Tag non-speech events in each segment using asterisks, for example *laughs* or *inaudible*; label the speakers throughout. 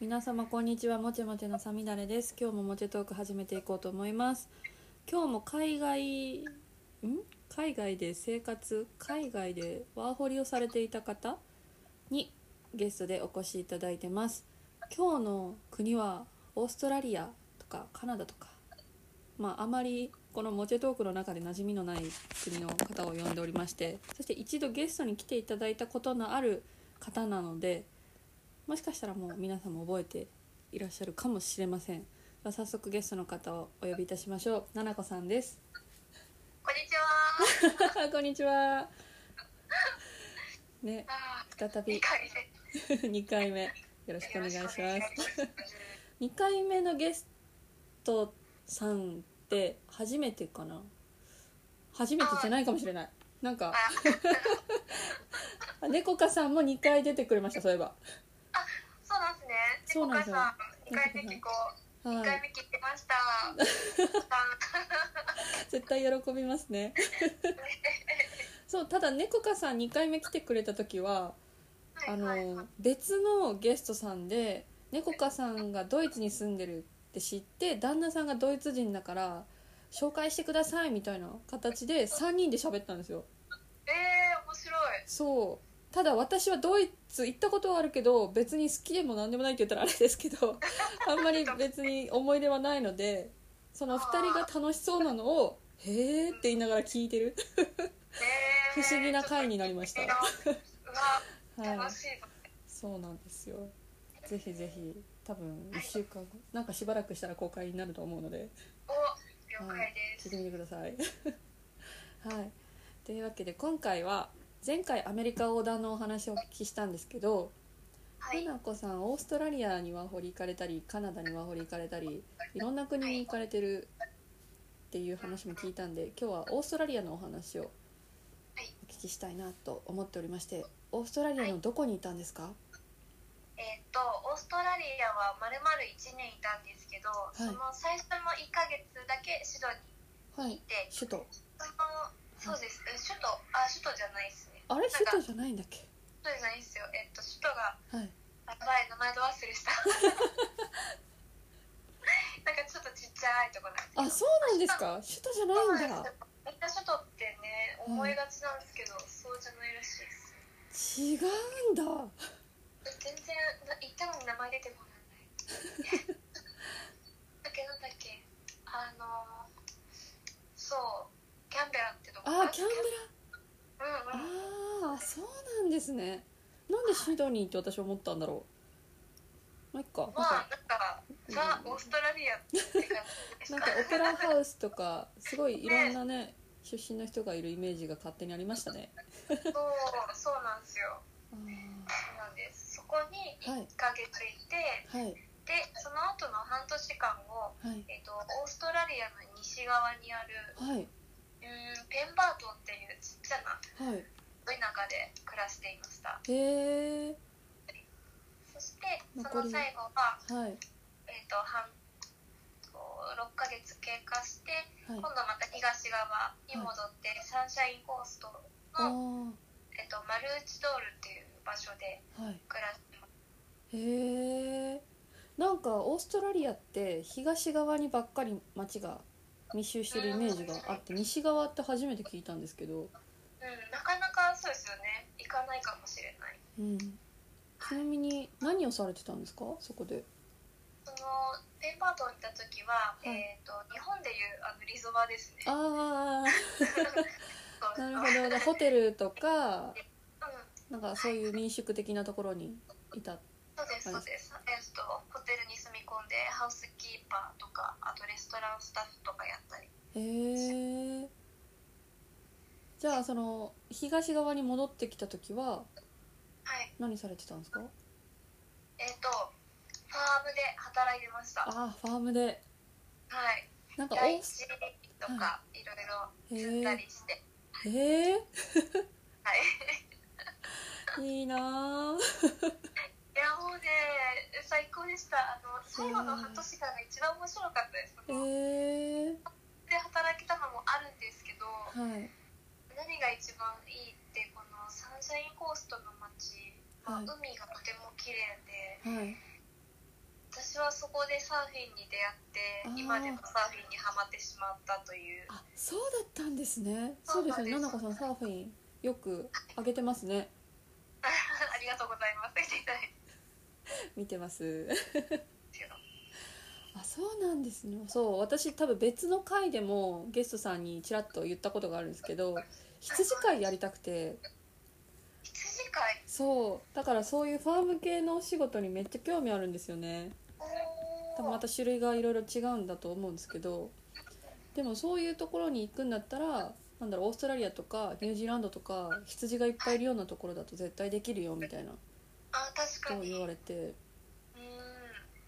Speaker 1: 皆様こんにちはもちもちのさみだれです今日ももちトーク始めていこうと思います今日も海外ん海外で生活海外でワーホリをされていた方にゲストでお越しいただいてます今日の国はオーストラリアとかカナダとかまああまりこのモチェトークの中で馴染みのない国の方を呼んでおりましてそして一度ゲストに来ていただいたことのある方なのでもしかしたらもう皆さんも覚えていらっしゃるかもしれませんでは早速ゲストの方をお呼びいたしましょうななこさんです
Speaker 2: こんにちは。
Speaker 1: *laughs* こんにちはね
Speaker 2: あ
Speaker 1: 再
Speaker 2: ー二
Speaker 1: び *laughs*
Speaker 2: 回目。よ
Speaker 1: 2回目よろしくお願いします
Speaker 2: す。
Speaker 1: 2回目のゲストさんって初めてかな初めてじゃないかもしれないなんか
Speaker 2: あ、
Speaker 1: 猫かさんも2回出てくれましたそういえば
Speaker 2: そうなんですね。
Speaker 1: そうなんですよ
Speaker 2: 猫川さん二回目聞こう。二
Speaker 1: は
Speaker 2: 回
Speaker 1: い
Speaker 2: 目聞き
Speaker 1: *laughs*
Speaker 2: ました。あ
Speaker 1: 絶対喜びます
Speaker 2: *laughs*
Speaker 1: ねそうただ猫かさん2回目来てくれた時はあ
Speaker 2: の、はいはい
Speaker 1: の別のゲストさんで猫かさんがドイツに住んでるって知って旦那さんがドイツ人だから紹介してくださいみたいな形で3人で喋ったんですよ
Speaker 2: えー、面白い。
Speaker 1: そうただ私はドイツ行ったことはあるけど別に好きでも何でもないって言ったらあれですけど
Speaker 2: *laughs*
Speaker 1: あんまり別に思い出はないのでその2人が楽しそうなのを「へえ」って言いながら聞いてる
Speaker 2: えー
Speaker 1: 不思議な回になりました
Speaker 2: ちょっと不思議なうわ、
Speaker 1: は
Speaker 2: 楽
Speaker 1: い
Speaker 2: しい。
Speaker 1: そうなんですよぜひぜひ多分1週間後なんかしばらくしたら公開になると思うので
Speaker 2: お、了解で
Speaker 1: 聞い
Speaker 2: す。
Speaker 1: てみてください *laughs* はいというわけで今回は前回アメリカ横断のお話をお聞きしたんですけど
Speaker 2: はい。
Speaker 1: ななこさんオーストラリアにワーホリ行かれたりカナダにワーホリ行かれたりいろんな国に行かれてるっていう話も聞いたんで今日はオーストラリアのお話をお聞きしたいなと思っておりましてオーストラリアのどこにいたんですか
Speaker 2: えーっと、オーストラリアはまるまる一年いたんですけど、
Speaker 1: い
Speaker 2: その最初の一ヶ月だけシドニ
Speaker 1: は
Speaker 2: ーにい
Speaker 1: い
Speaker 2: て、
Speaker 1: 首都
Speaker 2: その、そうです。え首都、あ、首都じゃないですね。
Speaker 1: あれ
Speaker 2: なんか
Speaker 1: 首都じゃないんだっけ
Speaker 2: 首都じゃないですよ。えっと、首都が。
Speaker 1: はい
Speaker 2: やばい名前ど忘
Speaker 1: *laughs*
Speaker 2: れしたなんかちょっとちっちゃいとこなん
Speaker 1: あ
Speaker 2: です
Speaker 1: そうなんですか首都じゃないん
Speaker 2: そうなん
Speaker 1: だ
Speaker 2: ですよみんな諸島ってね思いがちなんですけど、そうじゃないらしいです
Speaker 1: 違うんだ
Speaker 2: 全然な行ったのに名前出てこ
Speaker 1: *laughs*
Speaker 2: ないだけなんだっけあのそうキャンベラってとこ
Speaker 1: あキャンベ
Speaker 2: う
Speaker 1: ラ
Speaker 2: んうん
Speaker 1: ああそうなんですねなんでシドニーって私思ったんだろうまあいっかなんか
Speaker 2: まあなんかザ・オーストラリアって
Speaker 1: *laughs*
Speaker 2: 感じです
Speaker 1: な
Speaker 2: か
Speaker 1: んかオペラハウスとかすごいいろんなね出身の人がいるイメージが勝手にありましたね。
Speaker 2: そうそうなんですよ
Speaker 1: あ
Speaker 2: そうなんですそこに
Speaker 1: ーはい
Speaker 2: 1ヶ月いて、
Speaker 1: はい
Speaker 2: でその後の半年間を、
Speaker 1: はい
Speaker 2: えっとオーストラリアの西側にある
Speaker 1: はい
Speaker 2: うんペンバートンっていうちっちゃな
Speaker 1: はい。
Speaker 2: 田舎で暮らしていました
Speaker 1: へえ
Speaker 2: そしてそ
Speaker 1: 残
Speaker 2: の
Speaker 1: り
Speaker 2: 最後は、
Speaker 1: はい
Speaker 2: えっと半こう6ヶ月経過して
Speaker 1: はい
Speaker 2: 今。度また東側に戻って、サンシャインコースト
Speaker 1: あ
Speaker 2: の、えっとマルーチドールっていう場所で
Speaker 1: あはい。
Speaker 2: 暮らしてます
Speaker 1: へえ。なんかオーストラリアって東側にばっかり町が密集してるイメージがあって西側って初めて聞いたんですけど。
Speaker 2: うん、なかなかそうですよね行かないかもしれない
Speaker 1: うん。ちなみに何をされてたんですかそこで。
Speaker 2: そのペンパートンに行った時は、
Speaker 1: はい
Speaker 2: えっ、と日本でいうあのリゾバですね。
Speaker 1: ああなるほ
Speaker 2: そう
Speaker 1: ど。でホテルとか
Speaker 2: うん、
Speaker 1: なんかそういう民宿的なところにいた。
Speaker 2: そうです
Speaker 1: は
Speaker 2: そ
Speaker 1: いう
Speaker 2: です。えっ、とホテルに住み込んでハウスキーパーとかあとレストランスタッフとかやったり。
Speaker 1: へえ。じゃあその東側に戻ってきた時は
Speaker 2: はい。
Speaker 1: 何されてたんですか？
Speaker 2: えっ、とファームで働いてました。は
Speaker 1: ああファームで
Speaker 2: い。
Speaker 1: なんかオ
Speaker 2: 大
Speaker 1: ー
Speaker 2: 地とか、い、ろいろ釣ったりして。
Speaker 1: へえ
Speaker 2: はい。
Speaker 1: いいなあ。
Speaker 2: いやもうね最高でした。あの最後の半年間が一番面白かったです。
Speaker 1: へ
Speaker 2: で
Speaker 1: え
Speaker 2: 働けたのもあるんですけど。
Speaker 1: はい
Speaker 2: 何が一番いいってこのサンシャインコーストの街、
Speaker 1: はい
Speaker 2: まあ海がとても綺麗
Speaker 1: は
Speaker 2: で
Speaker 1: い
Speaker 2: そこでサーフィンに出
Speaker 1: あ
Speaker 2: 会っ
Speaker 1: ー
Speaker 2: て今でもサーフィンにはまってしまったという
Speaker 1: あそうだったんですねそ
Speaker 2: そうう
Speaker 1: で
Speaker 2: なん
Speaker 1: すね
Speaker 2: です
Speaker 1: ななこさんサーフィンよく上げてますね
Speaker 2: *laughs* ありがとうございます。見ていただいて
Speaker 1: 見てます
Speaker 2: ますよ
Speaker 1: あそうなんですねそう私多分別の回でもゲストさんにちらっと言ったことがあるんですけど羊飼いやりたくて
Speaker 2: 羊飼い。
Speaker 1: そうだからそういうファーム系のお仕事にめっちゃ興味あるんですよね
Speaker 2: お
Speaker 1: 多分
Speaker 2: お。
Speaker 1: また種類がいろいろ違うんだと思うんですけどでもそういうところに行くんだったらなんだろうオーストラリアとかニュージーランドとか羊がいっぱいいるようなところだと絶対できるよみたいな
Speaker 2: あ、確か
Speaker 1: ことを
Speaker 2: に。
Speaker 1: 言
Speaker 2: う
Speaker 1: わ
Speaker 2: ん。
Speaker 1: れて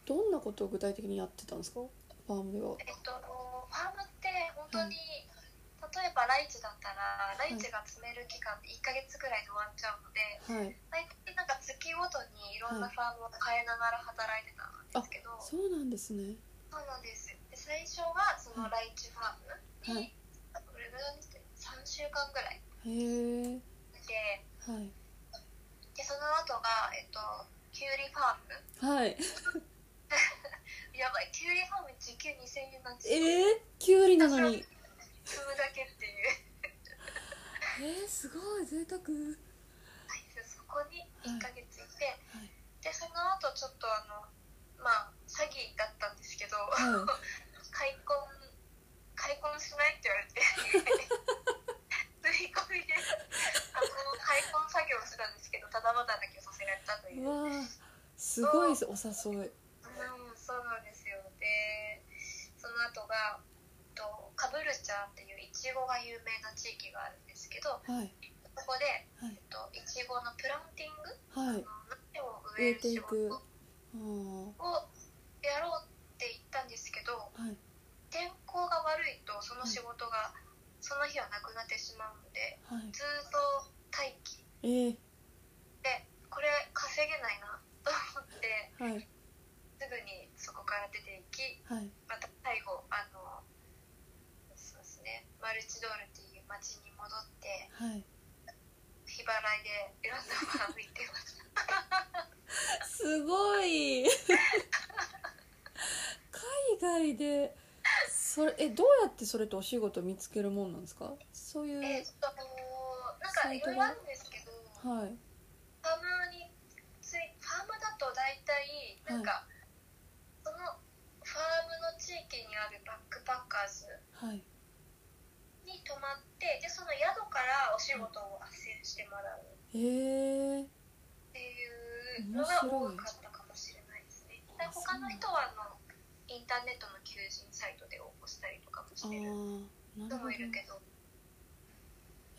Speaker 1: どんなことを具体的にやってたんですかファームでは
Speaker 2: えっと、ファームって本当に、例えばライチだったら、ライチが詰める期間って1ヶ月ぐらいで終わっちゃうので、
Speaker 1: はい
Speaker 2: 大体なんか月ごとにいろんなファームを変えながら働いてたんですけど、
Speaker 1: そうなんですね
Speaker 2: そうなんです。で最初はそのライチファーム
Speaker 1: は
Speaker 2: に
Speaker 1: い、
Speaker 2: あどれぐらいにして3週間ぐらい
Speaker 1: へえ
Speaker 2: で、
Speaker 1: はい
Speaker 2: でその後が、えっと、キュウリファーム。
Speaker 1: はい
Speaker 2: やばい、キュウリファーム時給2000円なんです
Speaker 1: え
Speaker 2: よ。
Speaker 1: ー、キュウリなのに
Speaker 2: 踏むだけっていう。
Speaker 1: え
Speaker 2: *laughs*
Speaker 1: ー、すごい贅沢
Speaker 2: そこに1ヶ月いて、
Speaker 1: い
Speaker 2: で、その後ちょっとあの、まあ、詐欺だったんですけど、
Speaker 1: は
Speaker 2: 開墾、開墾しないって言われて、
Speaker 1: *laughs*
Speaker 2: 振り込みで、あの、開墾作業をしてたんですけど、ただ働きをさせられたとい。
Speaker 1: いうわあすごいですお誘い
Speaker 2: うん、そうなんですよ。で、その後が、えっとカブルチャーっていうイチゴが有名な地域があるんですけど、
Speaker 1: はい
Speaker 2: そこで、
Speaker 1: はい
Speaker 2: えっと、いちごのプランティング、
Speaker 1: はい
Speaker 2: 苗を植える仕事を
Speaker 1: あー
Speaker 2: やろうって言ったんですけど
Speaker 1: はい
Speaker 2: 天候が悪いとその仕事がその日はなくなってしまうので
Speaker 1: はい
Speaker 2: ずっと待機
Speaker 1: えー、
Speaker 2: でこれ稼げないなと思って
Speaker 1: はい
Speaker 2: すぐにそこから出ていき
Speaker 1: はい
Speaker 2: また最後あのそうですねマルチドールっていう町に戻って
Speaker 1: はい
Speaker 2: 日払いでいろんなファーム行ってました。
Speaker 1: すごい海外でそれえどうやってそれとお仕事見つけるもんなんですかそういう
Speaker 2: えっとなんかいろいろあるんですけど
Speaker 1: はい
Speaker 2: ファームについファームだと大体なんか、そのファームの地域にあるバックパッカーズ
Speaker 1: はい
Speaker 2: に泊まってでその宿からお仕事を斡旋してもらう
Speaker 1: えー、
Speaker 2: っていうのが多かったかもしれないですねで
Speaker 1: 面白い
Speaker 2: 他の人はあのインターネットの求人サイトで応募したりとかも
Speaker 1: あ
Speaker 2: してる
Speaker 1: あなる
Speaker 2: 人
Speaker 1: ほど
Speaker 2: もいるけど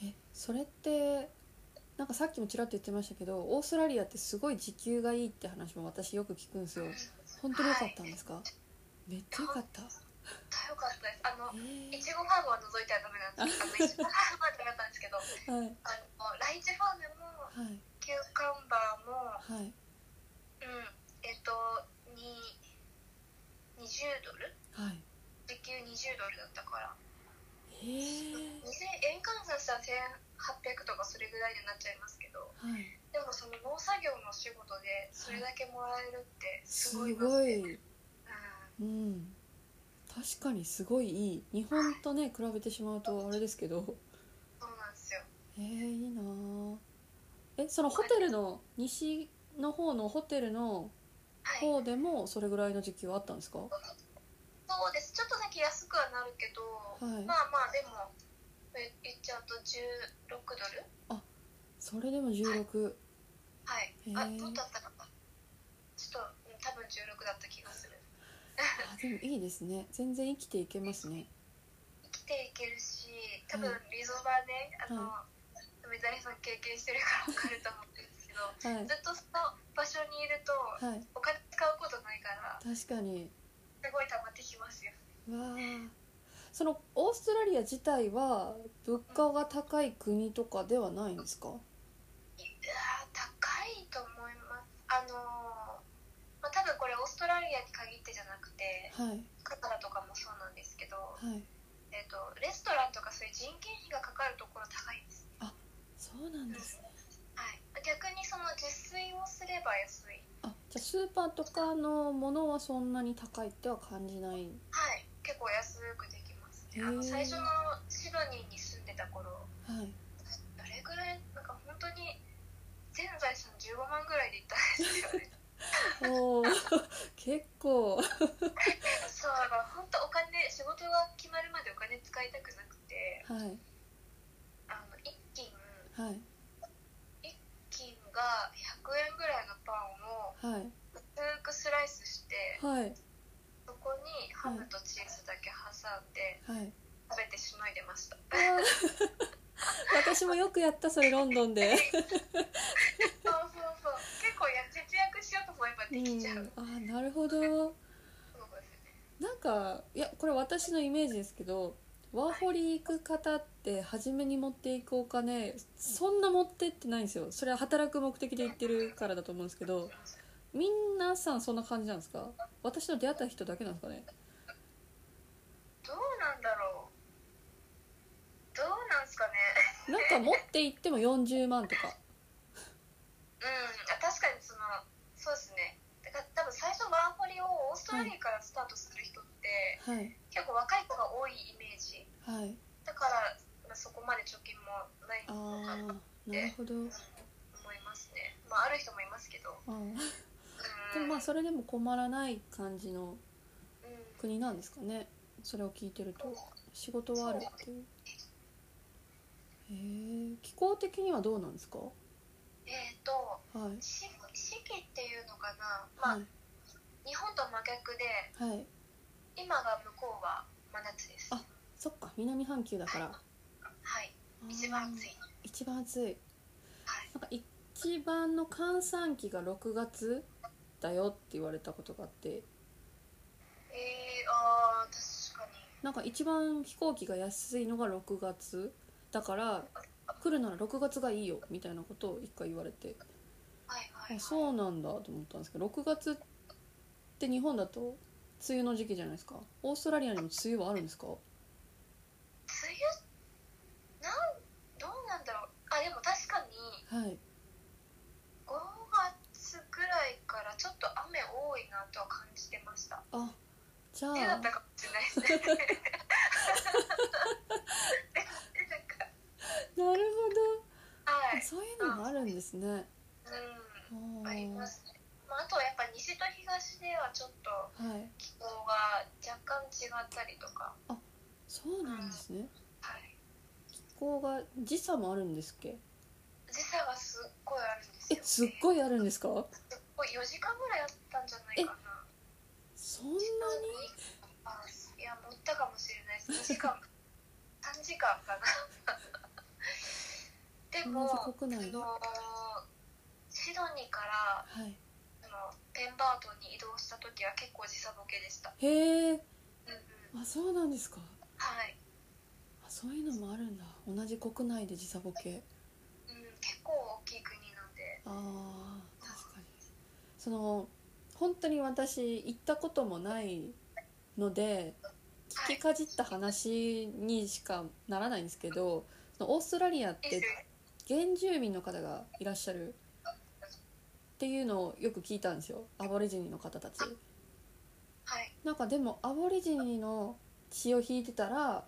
Speaker 1: えそれってなんかさっきもちらっと言ってましたけどオーストラリアってすごい時給がいいって話も私よく聞くんですよ本当に良かったんですか、めっちゃ良かった
Speaker 2: よかったですあのい
Speaker 1: え
Speaker 2: ちごファームは除いてはダメなんですけどいちごファームはダメだったんですけどあ
Speaker 1: ー、はい
Speaker 2: のライチファーム
Speaker 1: は
Speaker 2: も
Speaker 1: い
Speaker 2: キューカンバーも
Speaker 1: はい
Speaker 2: うん、えっと、に20ドル
Speaker 1: はい
Speaker 2: 時給20ドルだったから、
Speaker 1: えー、
Speaker 2: 2000円換算したら1800とかそれぐらいになっちゃいますけど、
Speaker 1: はい
Speaker 2: でもその農作業の仕事でそれだけもらえるってす
Speaker 1: す
Speaker 2: ご
Speaker 1: ご
Speaker 2: い
Speaker 1: い
Speaker 2: なって
Speaker 1: うん確かにすごいいい日本とね比べてしまうとあれですけど
Speaker 2: うん、そうなんですよ。
Speaker 1: えー、いいなあえそのホテルの西の方のホテルの
Speaker 2: はい、
Speaker 1: 方でもそれぐらいの時期はあったんですかは
Speaker 2: そうです。ちょっとだけ安くはなるけど、
Speaker 1: い
Speaker 2: まあまあ、でも、え言っちゃうと16ドル
Speaker 1: それでも16
Speaker 2: はい
Speaker 1: へ。
Speaker 2: あ、
Speaker 1: ー
Speaker 2: どうだったかなちょっと、うん多分16だった気がする。
Speaker 1: あでもいいですね全然生きていけますね
Speaker 2: 生きていけるし多分
Speaker 1: うん
Speaker 2: リゾバねあの、梅沢さん経験してるから分かると思うんですけど
Speaker 1: はい
Speaker 2: ずっとその場所にいると
Speaker 1: はい
Speaker 2: お金使うことないから
Speaker 1: 確かに
Speaker 2: すごい溜まってきますよ
Speaker 1: わあそのオーストラリア自体は物価が高い国とかではないんですか
Speaker 2: いやー高いと思いますあのーまあ、多分これオーストラリアに限ってじゃなくて
Speaker 1: はい
Speaker 2: カナダとかもそうなんですけど、
Speaker 1: はい
Speaker 2: えっとレストランとかそういう人件費がかかるところ高いです、
Speaker 1: そうなんですね
Speaker 2: はい、逆にその自炊をすれば安い
Speaker 1: あじゃあスーパーとかのものはそんなに高いっては感じない
Speaker 2: はい結構安くできますね、あの
Speaker 1: へー
Speaker 2: 最初のシドニーに住んでた頃
Speaker 1: はい
Speaker 2: どれぐらいなんか本当に全財産15万ぐらいで
Speaker 1: *laughs*
Speaker 2: 行ったんですよね
Speaker 1: おー結構
Speaker 2: そうだから本当お金仕事が決まるまでお金使いたくなくて
Speaker 1: はい
Speaker 2: あの一斤
Speaker 1: はい
Speaker 2: 金が100円ぐらいのパンを
Speaker 1: はい
Speaker 2: 薄くスライスして
Speaker 1: はい
Speaker 2: そこにハムとチーズだけ挟んで
Speaker 1: はい
Speaker 2: 食べてしのいで
Speaker 1: *laughs*
Speaker 2: ました
Speaker 1: あー私もよくやったそれロンドンで
Speaker 2: そうそうそう結構や節約しようと思えば
Speaker 1: う
Speaker 2: で
Speaker 1: ん
Speaker 2: きちゃう、
Speaker 1: あーなるほど
Speaker 2: そうですね
Speaker 1: なんかいやこれ私のイメージですけどワーホリ行く方って初めに持っていくお金そんな持ってってないんですよそれは働く目的で行ってるからだと思うんですけどみんなさんそんな感じなんですか私の出会った人だけなんですかね
Speaker 2: どうなんだろうどうなんすかね
Speaker 1: なんか持って行っても40万とか
Speaker 2: うんあ確かにそのそうですねだから多分最初ワーホリをオーストラリアからスタートする人って、
Speaker 1: はい
Speaker 2: 結構若い子が多いイメージ
Speaker 1: はい
Speaker 2: だから、まあ、そこまで貯金もない
Speaker 1: あ
Speaker 2: のかなと
Speaker 1: ーなるほど
Speaker 2: 思いますねまあある人もいますけど
Speaker 1: あー
Speaker 2: うん
Speaker 1: でもまあそれでも困らない感じの
Speaker 2: うん
Speaker 1: 国なんですかねそれを聞いてると仕事はあるっていうへえ気候的にはどうなんですか
Speaker 2: えっ、ー、と
Speaker 1: はい
Speaker 2: 四四季っていうのかな、まあ
Speaker 1: はい
Speaker 2: 日本と真逆で
Speaker 1: はい
Speaker 2: 今が向こうは真夏です
Speaker 1: あそっか南半球だから
Speaker 2: はい一番暑い
Speaker 1: あー一番暑いなんか一番の閑散期が6月だよって言われたことがあって
Speaker 2: えー、あー確かに
Speaker 1: なんか一番飛行機が安いのが6月だから来るなら6月がいいよみたいなことを一回言われて
Speaker 2: はいはいはい
Speaker 1: あそうなんだと思ったんですけど6月って日本だと梅雨の時期じゃないですかオーストラリアにも梅雨はあるんですか
Speaker 2: 梅雨なんどうなんだろうあでも確かに
Speaker 1: はい
Speaker 2: 5月ぐらいからちょっと雨多いなとは感じてました
Speaker 1: あじ
Speaker 2: *laughs*
Speaker 1: ゃ
Speaker 2: 手だ
Speaker 1: あ
Speaker 2: ったかもしれないですねでなんか
Speaker 1: なる
Speaker 2: は
Speaker 1: ほど
Speaker 2: い
Speaker 1: そういうのもあるんですね
Speaker 2: う
Speaker 1: お
Speaker 2: ん
Speaker 1: ー
Speaker 2: ありますね、まあ、あとはやっぱ西と東ではちょっと
Speaker 1: はい
Speaker 2: 気候が若干違ったりとか
Speaker 1: そうなんですね
Speaker 2: はい
Speaker 1: 気候が時差もあるんですっけ
Speaker 2: 時差がすっごいあるんです
Speaker 1: え
Speaker 2: よ
Speaker 1: すっ
Speaker 2: い
Speaker 1: ごいあるんですか
Speaker 2: すっごい4時間ぐらいあったんじゃないかな
Speaker 1: そんなに
Speaker 2: あいや持ったかもし
Speaker 1: *laughs*
Speaker 2: れないです2時間3時間かなでも
Speaker 1: 同じ国内で
Speaker 2: あのシドニーから
Speaker 1: はい
Speaker 2: あのペンバートンに移動した時は結構時差ボケでした、
Speaker 1: へえ
Speaker 2: うんうん、
Speaker 1: あそうなんですか
Speaker 2: はい、
Speaker 1: あそういうのもあるんだ同じ国内で時差ボケ
Speaker 2: うん、結構大きい国なんで
Speaker 1: あー確かにその本当に私行ったこともないので聞きかじった話にしかならないんですけどそのオーストラリアっ
Speaker 2: い
Speaker 1: て
Speaker 2: いですよね
Speaker 1: 原住民の方がいらっしゃるっていうのをよく聞いたんですよアボリジニの方たち
Speaker 2: はい
Speaker 1: なんかでもアボリジニの血を引いてたら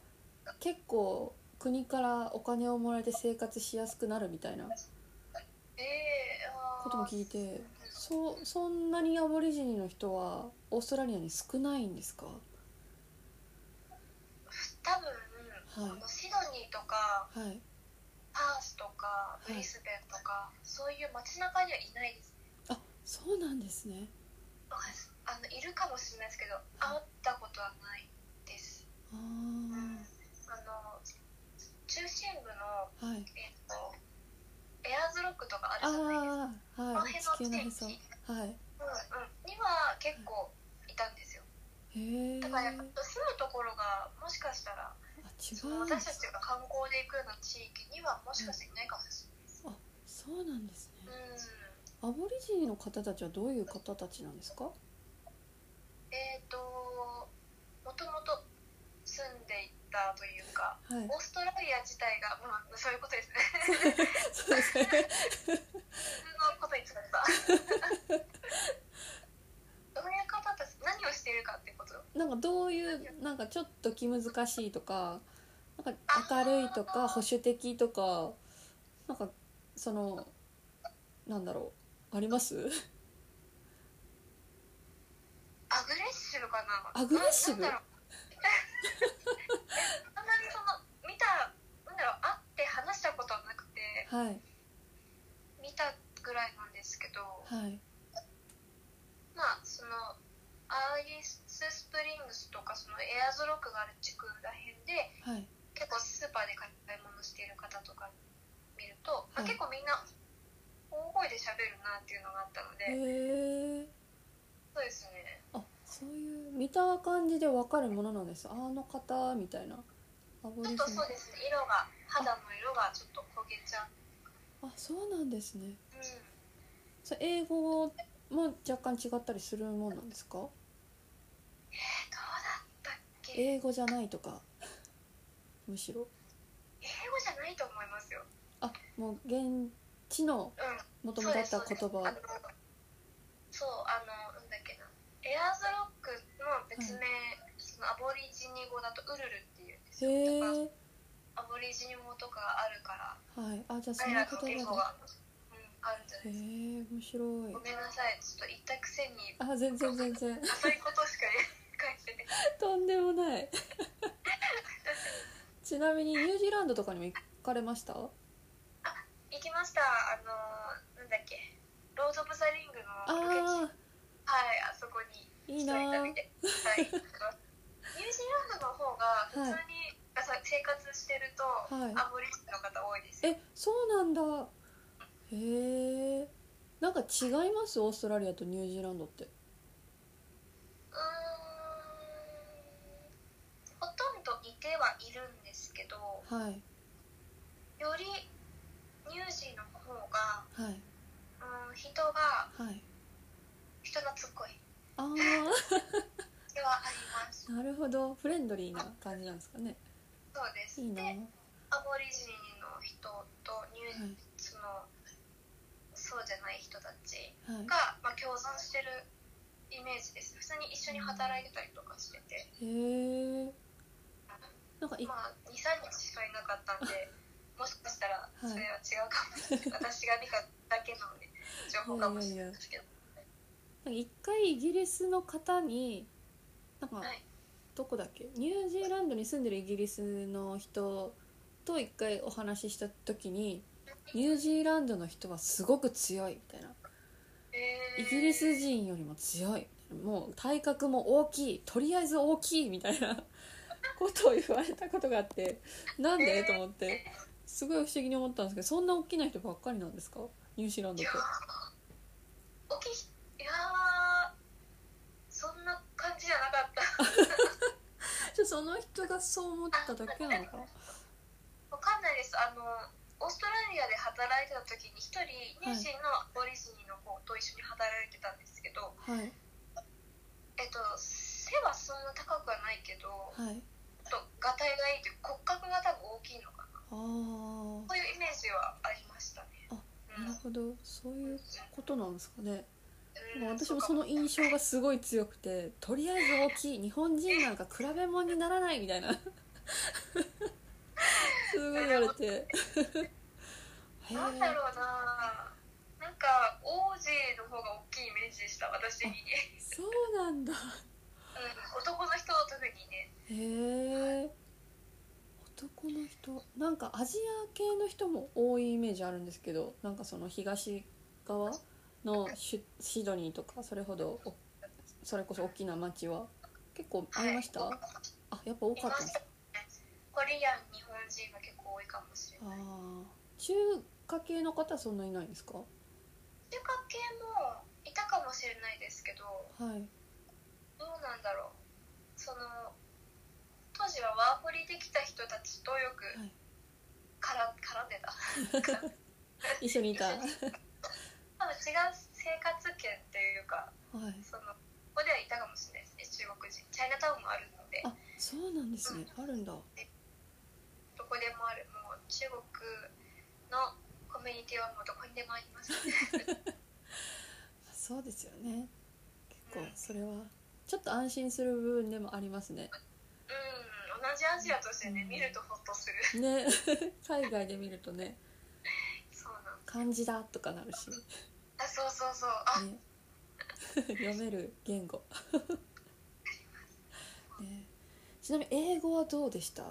Speaker 1: 結構国からお金をもらえて生活しやすくなるみたいな
Speaker 2: ええあー
Speaker 1: ことも聞いてそうそんなにアボリジニの人はオーストラリアに少ないんですか
Speaker 2: 多分、
Speaker 1: はい
Speaker 2: あのシドニーとか
Speaker 1: はい
Speaker 2: パースとか
Speaker 1: い
Speaker 2: ブリスベンとか、そういう街中にはいないです
Speaker 1: あそうなんですね
Speaker 2: わかんないですあのいるかもしれないですけど会ったことはないです
Speaker 1: あ
Speaker 2: あの中心部
Speaker 1: あ
Speaker 2: の
Speaker 1: はい
Speaker 2: えっとエアーズロックとかあるじゃないですか
Speaker 1: ああはい地球のへそはい
Speaker 2: うんうんには結構いたんですよ
Speaker 1: へえ
Speaker 2: だ
Speaker 1: あ
Speaker 2: からやっぱ住むところがもしかしたら
Speaker 1: 違
Speaker 2: その
Speaker 1: うんで
Speaker 2: 私た
Speaker 1: す
Speaker 2: ちが観光で行くような地域にはもしかしていないかもしれないです
Speaker 1: そうなんです
Speaker 2: う
Speaker 1: ね
Speaker 2: ん
Speaker 1: アボリジニの方たちはどういう方たちなんですか
Speaker 2: えー、ともともと住んでいたというか
Speaker 1: はい *laughs*
Speaker 2: オーストラリア自体が、まあ、そういうことですね
Speaker 1: そうですね *laughs*
Speaker 2: 普通のことに使ったあるかってこと
Speaker 1: なんかどういうなんかちょっと気難しいとかなんか明るいとか保守的とかなんかそのなんだろうあります
Speaker 2: アグレッシブかな
Speaker 1: アグレッシブ
Speaker 2: ななんだろうあんまりその見たなんだろう会って話したことはなくて
Speaker 1: はい
Speaker 2: 見たぐらいなんですけど
Speaker 1: はい
Speaker 2: まあそのアーリススプリングスとかそのエアーズロックがある地区らへんで
Speaker 1: はい
Speaker 2: 結構スーパーで買い物している方とか見ると、
Speaker 1: は
Speaker 2: まあ、
Speaker 1: い
Speaker 2: 結構みんな大声で喋るなっていうのがあったの
Speaker 1: へ
Speaker 2: で、
Speaker 1: え
Speaker 2: そうですね
Speaker 1: あそういう見た感じでわかるものなんですあの方みたいなアボ
Speaker 2: ちょ
Speaker 1: リジ
Speaker 2: っと
Speaker 1: ン
Speaker 2: そうですね色が肌の色がちょっと焦げちゃう、
Speaker 1: あそうなんですね
Speaker 2: うん
Speaker 1: それ英語も若干違ったりするもんなんですか
Speaker 2: どうだったっけ
Speaker 1: 英語じゃないとかむしろ
Speaker 2: 英語じゃないと思いますよ。
Speaker 1: あもう現地の
Speaker 2: うん。
Speaker 1: 元々あった言
Speaker 2: そう
Speaker 1: 葉
Speaker 2: ですそうですあのそうあのなんだっけな。エアーズロックの別名、そのアボリジニ語だとウルルっていうんです
Speaker 1: へえ
Speaker 2: よ。だからアボリジニ語とかがあるから、
Speaker 1: はいあじゃあそ
Speaker 2: 彼らの
Speaker 1: の
Speaker 2: 言
Speaker 1: 言
Speaker 2: 語
Speaker 1: 葉
Speaker 2: が、うん、あるんじ
Speaker 1: で
Speaker 2: ゃ
Speaker 1: へ
Speaker 2: ないです
Speaker 1: え面白い
Speaker 2: か。ごめんなさい、ちょっと言ったくせに
Speaker 1: あ全然全然 *laughs*
Speaker 2: 浅いことしか言えない。
Speaker 1: とんでもない *laughs* ちなみにニュージーランドとかにも行かれました
Speaker 2: 行きました。あのなんだっけ、ロードオブザリング
Speaker 1: あ
Speaker 2: のロケ地
Speaker 1: あ
Speaker 2: はい、あそこに。
Speaker 1: ーいいな
Speaker 2: はい。
Speaker 1: ー
Speaker 2: ニュージー *laughs* ランドの方が普通に、さ生活してると、
Speaker 1: はい
Speaker 2: アボリジニの方多いですよ。
Speaker 1: えそうなんだへえなんか違いますオーストラリアとニュージーランドって
Speaker 2: うーん、ほとんどいてはいるんですけど、
Speaker 1: はい
Speaker 2: よりニュージーの方が、
Speaker 1: はい
Speaker 2: うん、人が
Speaker 1: はい
Speaker 2: 人懐っこい。
Speaker 1: あ
Speaker 2: ではあります。
Speaker 1: あ *laughs* なるほどフレンドリーな感じなんですかね
Speaker 2: そうです。
Speaker 1: いいな
Speaker 2: で、アボリジニの人とニュー、
Speaker 1: はい
Speaker 2: そのそうじゃない人たち。
Speaker 1: はい
Speaker 2: が、まあ、共存してるイメージです普通に一緒に働いてたりとかしてて、
Speaker 1: へえなんかい
Speaker 2: まあ、23日しかいなかったんでもしかしたらそれは違うかもしれ
Speaker 1: *laughs*
Speaker 2: ない、私が見ただけの、ね、情報かもしれないですけど
Speaker 1: なんか一回イギリスの方になんか
Speaker 2: はい
Speaker 1: どこだっけニュージーランドに住んでるイギリスの人と一回お話しした時にニュージーランドの人はすごく強いみたいな
Speaker 2: えー
Speaker 1: イギリス人よりも強いもう体格も大きいとりあえず大きいみたい
Speaker 2: *laughs*
Speaker 1: なことを言われたことがあってなんで、
Speaker 2: えー
Speaker 1: と思ってすごい不思議に思ったんですけどそんな大きな人ばっかりなんですかニュージーラン
Speaker 2: い
Speaker 1: ドっ
Speaker 2: や
Speaker 1: て
Speaker 2: ー大きい人いやーそんな感じじゃなかった
Speaker 1: じゃあその人がそう思っただけなのかな
Speaker 2: わかんないですあのオーストラリアで働いてた時に一人ニュージーのアボリジニの方と一緒に働いてたんですけど、
Speaker 1: はい
Speaker 2: えっと、背はそんな高くはないけど、
Speaker 1: はい
Speaker 2: ちょっとがたいがいいという骨格が多分大きいのか
Speaker 1: あ
Speaker 2: な。
Speaker 1: ー
Speaker 2: そういうイメージはありましたね。
Speaker 1: あ
Speaker 2: うん
Speaker 1: なるほどそういうことなんですかね
Speaker 2: うん
Speaker 1: もう私もその印象がすごい強くてとりあえず大きい日本人なんか比べ物にならないみたいな *laughs* すごい言われて *laughs* へえ
Speaker 2: なんだろうな。なんか王子の方が大きいイメージでした私的に、うん、
Speaker 1: そうなんだ
Speaker 2: 男の人は特にね
Speaker 1: へえ男の人なんかアジア系の人も多いイメージあるんですけどなんかその東側のシュシドニーとかそれほどおそれこそ大きな町は結構ありました、
Speaker 2: はい
Speaker 1: あやっぱ多
Speaker 2: い
Speaker 1: かった
Speaker 2: ま
Speaker 1: んです
Speaker 2: したねコリアン日本人が結構多いかもしれ
Speaker 1: あ
Speaker 2: ない
Speaker 1: ー中華系の方はそんないないんですかは
Speaker 2: 中華系もいたかもしれないですけど
Speaker 1: い
Speaker 2: どうなんだろうその当時はワーホリできた人たちとよく
Speaker 1: はい
Speaker 2: から、絡んで
Speaker 1: *laughs*
Speaker 2: た
Speaker 1: 一緒にいたは
Speaker 2: *laughs* 一緒に多分違う生活圏っていうか
Speaker 1: い
Speaker 2: そのここではいたかもしれないですね中国人チャイナタウンもあるので
Speaker 1: あそうなんですねあるんだ
Speaker 2: どこでもあるもう中国のコミュニティはもうどこにでもあります
Speaker 1: そうですよね結構それはちょっと安心する部分でもありますね
Speaker 2: うん同じアジアとしてね見るとホッとする
Speaker 1: ね *laughs* 海外で見るとね
Speaker 2: そうなん
Speaker 1: 漢字だとかなるし、
Speaker 2: あそうそうそうあ、
Speaker 1: ね、 *laughs* 読める言語、 *laughs* ね、ちなみに英語はどうでした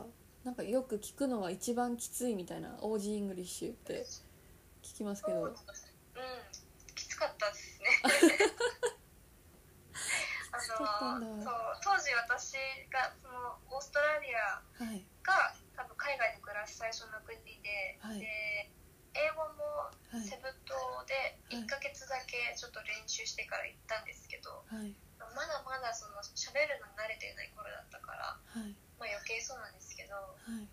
Speaker 1: なんかよく聞くのは一番きついみたいなオージーイングリッシュって聞きますけ
Speaker 2: そう
Speaker 1: ど
Speaker 2: ですうんきつかったで
Speaker 1: *laughs*
Speaker 2: すねあ
Speaker 1: つかったんだ
Speaker 2: のそう当時私がそのオーストラリア
Speaker 1: はい
Speaker 2: が多分海外で暮らす最初の国で,、
Speaker 1: はい
Speaker 2: で英語も
Speaker 1: はい
Speaker 2: セブ島で
Speaker 1: はい
Speaker 2: 1ヶ月だけちょっと練習してから行ったんですけど、
Speaker 1: はい
Speaker 2: まだまだその喋るのに慣れてない頃だったから、
Speaker 1: はい
Speaker 2: まあ、余計そうなんですけど
Speaker 1: はい
Speaker 2: うん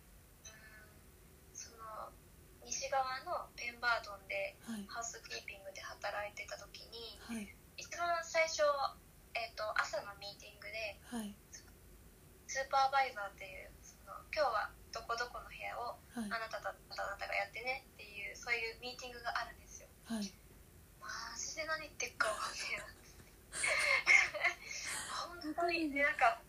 Speaker 2: その西側のペンバードンで
Speaker 1: はい
Speaker 2: ハウスキーピングで働いてた時に
Speaker 1: はい
Speaker 2: 一番最初、えー、と朝のミーティングで
Speaker 1: はい
Speaker 2: スーパーバイザーっていうその今日はどこどこの部屋を
Speaker 1: はい
Speaker 2: あなたとあなたがやってねっていうそういうミーティングがあるんですよ
Speaker 1: はい
Speaker 2: マジで何言ってっかわかんねえな本当にねなんか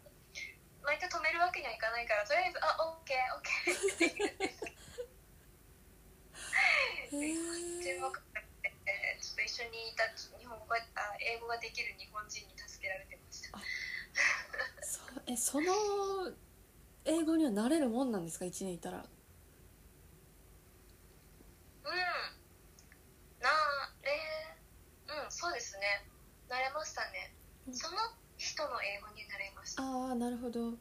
Speaker 2: 毎回止めるわけにはいかないからとりあえず「あオッケーオッケー」って言って
Speaker 1: へえ
Speaker 2: 注目されてちょっと一緒にいた日本語があ英語ができる日本人に助けられてました
Speaker 1: そえその英語にはなれるもんなんですか1年いたら
Speaker 2: うんなれうんそうですね慣れましたね
Speaker 1: うん
Speaker 2: その人の英語になれました
Speaker 1: ああなるほど
Speaker 2: は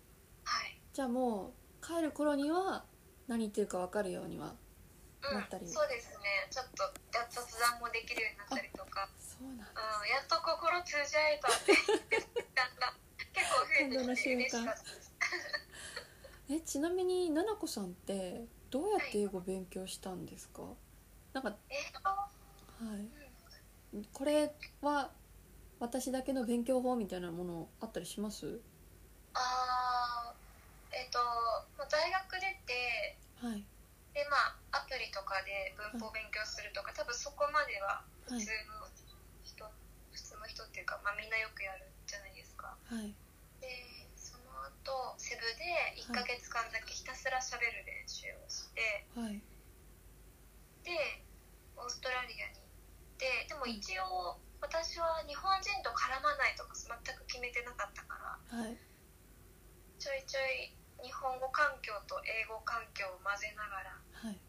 Speaker 2: い
Speaker 1: じゃあもう帰る頃には何言ってるか分かるようには
Speaker 2: う
Speaker 1: なったり
Speaker 2: んそうですねちょっと雑談もできるようになったりとか
Speaker 1: そうなんだ
Speaker 2: うん、やっと心通じ合えたってだん
Speaker 1: *laughs*
Speaker 2: だん結構増えてきて嬉しかったです
Speaker 1: えちなみに奈々子さんってどうやって英語勉強したんですか、なんか、は
Speaker 2: 英語
Speaker 1: い、これは私だけの勉強法みたいなものあったりします
Speaker 2: あーえっ、とまあ大学出て
Speaker 1: はい
Speaker 2: でまあアプリとかで文法勉強するとか多分そこまでは
Speaker 1: は
Speaker 2: 普
Speaker 1: い
Speaker 2: 通の人、普通の人っていうか、まあ、みんなよくやるじゃないですか
Speaker 1: はい
Speaker 2: でその後セブで1ヶ月間だけひたすら喋る練習をして、
Speaker 1: はい
Speaker 2: でオーストラリアに行ってでも一応私は日本人と絡まないとか全く決めてなかったから
Speaker 1: はい
Speaker 2: ちょいちょい日本語環境と英語環境を混ぜながら
Speaker 1: はい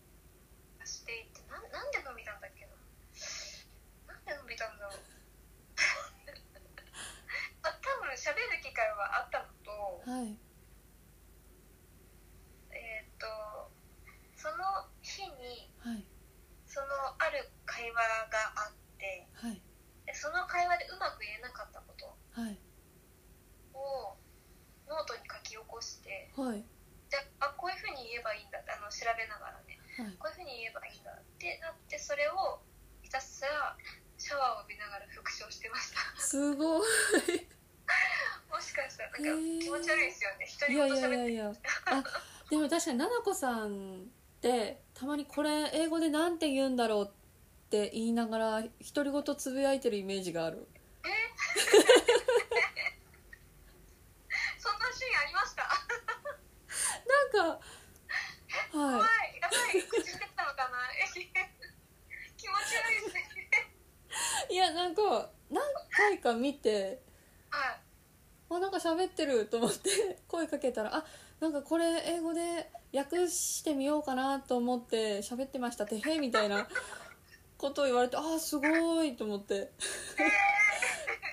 Speaker 2: していってなんなんで伸びたんだっけななんで伸びたんだろうあ多分喋る機会はあったのと
Speaker 1: はい
Speaker 2: えっ、とその日に
Speaker 1: はい
Speaker 2: そのある会話があって
Speaker 1: はい
Speaker 2: でその会話でうまく言えなかったこと
Speaker 1: はい
Speaker 2: をノートに書き起こして
Speaker 1: はいはい
Speaker 2: であこういうふうに言えばいいんだってあの調べながらねこういうふうに言えばいいんだってなってそれをひたすらシャワーを浴びながら *laughs* 復唱してました *laughs*
Speaker 1: すごい
Speaker 2: もしかしたらなん
Speaker 1: へ
Speaker 2: か
Speaker 1: ー
Speaker 2: 気持ち悪いですよね一
Speaker 1: い
Speaker 2: 人
Speaker 1: や
Speaker 2: ご
Speaker 1: いや
Speaker 2: と
Speaker 1: い
Speaker 2: 喋っ
Speaker 1: や
Speaker 2: て
Speaker 1: いやあでも確かにななこさんってたまにこれ英語でなんて言うんだろうって言いながら独り言つぶやいてるイメージがある
Speaker 2: そんなシーンありました *laughs*
Speaker 1: なんか
Speaker 2: 怖
Speaker 1: はい
Speaker 2: やばい *laughs* 口出たのかなえ気持ち悪いですね
Speaker 1: いいやなんか何回か見て
Speaker 2: はい
Speaker 1: あなんか喋ってると思って *laughs* 声かけたらあなんかこれ英語で訳してみようかなと思って喋ってましたてへみたいなことを言われてあーすごいと思って *laughs*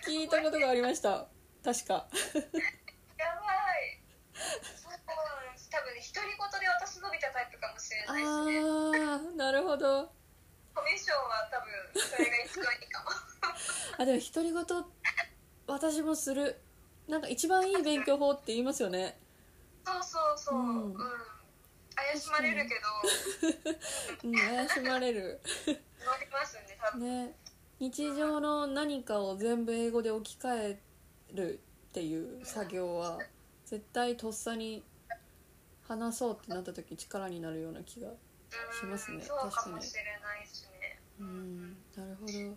Speaker 1: 聞いたことがありました確か
Speaker 2: やばいそうなんです多分ね独り言で私伸びたタイプかもしれ
Speaker 1: あ
Speaker 2: ないですね
Speaker 1: ーなるほど
Speaker 2: コミュ障は多分それが一番いいかも
Speaker 1: あでも独り言私もするなんか一番いい勉強法って言いますよね
Speaker 2: そうそうそう
Speaker 1: うん
Speaker 2: うん、怪しまれるけど
Speaker 1: うん怪しまれる
Speaker 2: 乗りますんで多分、
Speaker 1: ね日常の何かを全部英語で置き換えるっていう作業は絶対とっさに話そうってなった時力になるような気が
Speaker 2: うん、
Speaker 1: しますね
Speaker 2: そう
Speaker 1: 確
Speaker 2: か
Speaker 1: かに
Speaker 2: もしれないですね
Speaker 1: うんなるほど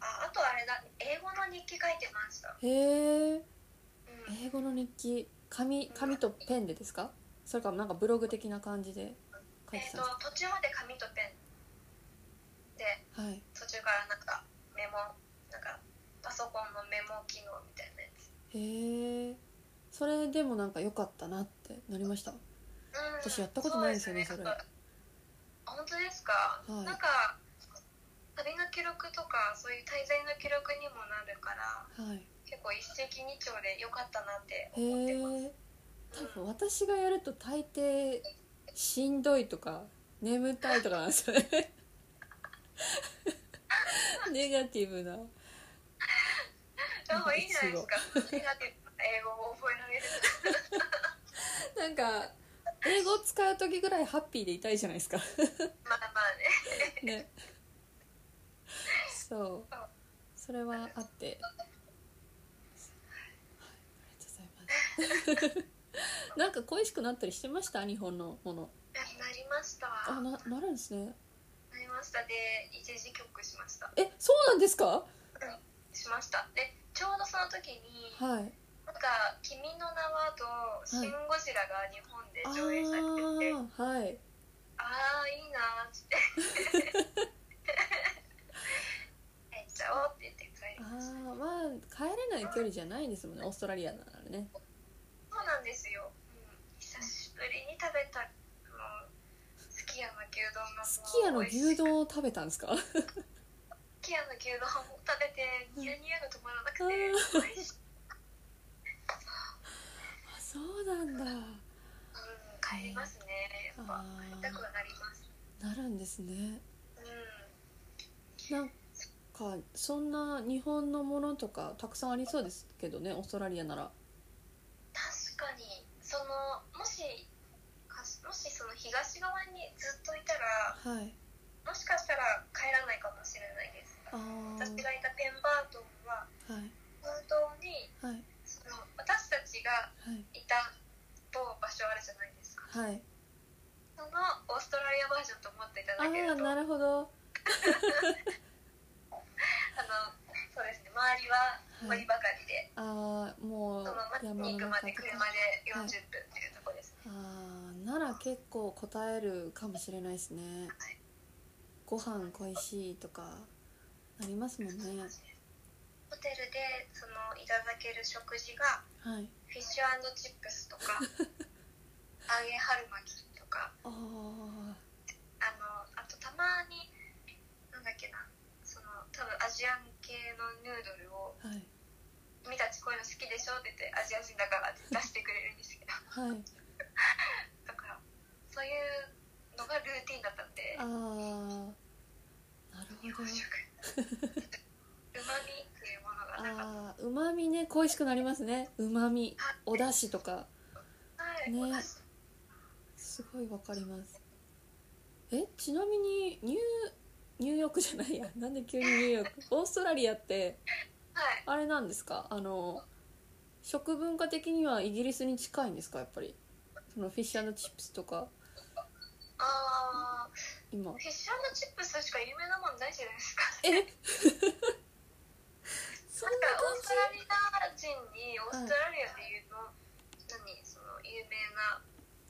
Speaker 2: ああとあれだ英語の日記書いてました
Speaker 1: へえ英語の日記紙紙とペンでですかそれかなんかブログ的な感じで書い
Speaker 2: え
Speaker 1: て
Speaker 2: っ
Speaker 1: たん
Speaker 2: と
Speaker 1: です
Speaker 2: 途中まで紙とペンで
Speaker 1: かはい
Speaker 2: 途中からなんかメモなんかパソコンのメモ機能みたいなやつ
Speaker 1: へえそれでもなんか良かったなってなりました
Speaker 2: うん
Speaker 1: 私やったことないんですよね
Speaker 2: う
Speaker 1: それ
Speaker 2: なんかあ本当ですか、
Speaker 1: はい
Speaker 2: なんか旅の記録とかそういう滞在の記録にもなるから
Speaker 1: はい
Speaker 2: 結構一石二鳥で良かったなっ
Speaker 1: へ
Speaker 2: て思ってます、
Speaker 1: え多分私がやると大抵しんどいとか眠たいとかなんですよね *laughs* ネガティブな
Speaker 2: でもいいじゃないですかネガティブな英語を覚えられる
Speaker 1: なんか英語使う時ぐらいハッピーでいたいじゃないですか
Speaker 2: まあまあね
Speaker 1: ねそうそれはあってはいありがとうございますなんか恋しくなったりしてました日本のもの
Speaker 2: なりました
Speaker 1: あ
Speaker 2: な
Speaker 1: ななるんですね
Speaker 2: りましたで一時帰国しました
Speaker 1: えそうなんですか
Speaker 2: しましたでちょうどその時に
Speaker 1: はい
Speaker 2: なんか「君の名は」と「シン・ゴジラ」が日本で
Speaker 1: あ
Speaker 2: 上映されてて、
Speaker 1: あはい
Speaker 2: ああいいなーっつって
Speaker 1: *laughs*
Speaker 2: 帰っちゃおうって言って帰り
Speaker 1: あ
Speaker 2: ました
Speaker 1: ーまあ帰れない距離じゃないですもんねオーストラリアならね
Speaker 2: そうなんですよ、うん、久しぶりに食べたあのすき家の牛丼がもう
Speaker 1: すき家の牛
Speaker 2: 美味しく
Speaker 1: 丼を食べたんですか
Speaker 2: すき家の牛丼を食べてニヤニヤが止まらなくて
Speaker 1: うん
Speaker 2: 美味しい
Speaker 1: あそうなんだ
Speaker 2: うん帰りますねやっぱ
Speaker 1: あー
Speaker 2: 帰りたくはなります
Speaker 1: なるんですね
Speaker 2: うん
Speaker 1: なんかそんな日本のものとかたくさんありそうですけどねオーストラリアなら
Speaker 2: 確かにそのもしかしもしその東側にずっといたら
Speaker 1: はい
Speaker 2: もしかしたら帰らないかもしれないです
Speaker 1: ああ
Speaker 2: 私がいたペンバートンは
Speaker 1: はい
Speaker 2: 本当に
Speaker 1: はい
Speaker 2: その私たちが
Speaker 1: はい
Speaker 2: いた某場所あるじゃないですか
Speaker 1: はい
Speaker 2: そのオーストラリアバージョンと思っていただけ
Speaker 1: あ
Speaker 2: る
Speaker 1: あ
Speaker 2: とあ
Speaker 1: なるほど
Speaker 2: のそうですね周りは森ばかりで、
Speaker 1: ああもう
Speaker 2: その
Speaker 1: 山
Speaker 2: 町
Speaker 1: の
Speaker 2: に行くま
Speaker 1: 中
Speaker 2: で
Speaker 1: と
Speaker 2: 車
Speaker 1: か
Speaker 2: で40分っていうところですね、
Speaker 1: ああなら結構答えるかもしれないですねご飯恋しいとかなりますもんね
Speaker 2: ホテルでそのいただける食事が
Speaker 1: はい
Speaker 2: フィッシュチップスと
Speaker 1: *laughs*
Speaker 2: か揚げ春巻きとか
Speaker 1: ああ
Speaker 2: あのあとたまになんだっけなその多分アジアン系のヌードルを
Speaker 1: はい
Speaker 2: 「君たちこういうの好きでしょ」って言って「アジア人だから」って出してくれるんですけど *laughs*
Speaker 1: はい
Speaker 2: だからそういうのがルーティンだったんで
Speaker 1: ああな
Speaker 2: 日
Speaker 1: るほ
Speaker 2: 本
Speaker 1: ど
Speaker 2: 食
Speaker 1: *laughs*
Speaker 2: うまみっていうものがなかった
Speaker 1: ああうまみね恋しくなりますねうまみお出汁とか
Speaker 2: はい、
Speaker 1: ね
Speaker 2: お出汁
Speaker 1: すごいわかりますえちなみにニューニューヨークじゃないやなんで急にニューヨークオーストラリアって
Speaker 2: はい
Speaker 1: あれなんですかあの食文化的にはイギリスに近いんですかやっぱりそのフィッシュチップスとか
Speaker 2: あー
Speaker 1: 今
Speaker 2: フィッシュチップスしか有名なもんないじゃないですか
Speaker 1: え *laughs*
Speaker 2: な
Speaker 1: そん
Speaker 2: んか
Speaker 1: な
Speaker 2: オーストラ
Speaker 1: 感
Speaker 2: リア人にオーストラリアで言うの、何その有名な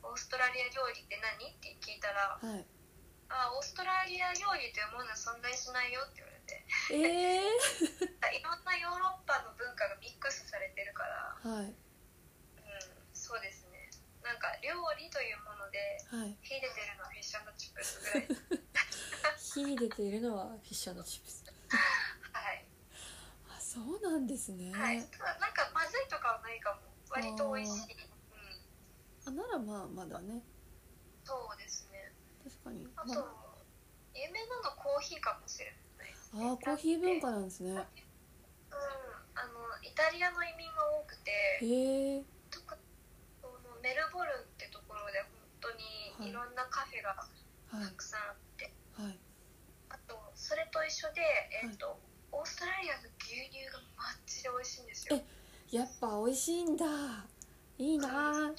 Speaker 2: オーストラリア料理って何って聞いたら
Speaker 1: じはい
Speaker 2: あオーストラリア料理というものは存在しないよって言われて
Speaker 1: え
Speaker 2: いろんなヨーロッパの文化がミックスされてるから
Speaker 1: ー、はい
Speaker 2: うんそうですねなんか料理というもので
Speaker 1: はい
Speaker 2: 秀でてるのはフィッシュチップスぐら
Speaker 1: *laughs*
Speaker 2: い
Speaker 1: 火出ているのはフィッシュチップス
Speaker 2: はい、
Speaker 1: あそうなんですね、
Speaker 2: はい、ただなんかまずいとかはないかも割と美味しい、うん、
Speaker 1: あならまあまだね
Speaker 2: そうですね
Speaker 1: 確かに、
Speaker 2: あ
Speaker 1: ま
Speaker 2: と、
Speaker 1: あ、
Speaker 2: 有名なのコーヒーかもしれないです
Speaker 1: あ
Speaker 2: ね、
Speaker 1: ーコーヒー文化なんですね
Speaker 2: うん、あのイタリアの移民が多くて
Speaker 1: へえ
Speaker 2: 特にこのメルボルンってところで本当にいろんなカフェが
Speaker 1: ー、はい
Speaker 2: たくさんあって、
Speaker 1: はい
Speaker 2: あとそれと一緒で、えっとオーストラリアの牛乳がマッチで美味しいんですよ
Speaker 1: やっぱ美味しいんだいいなー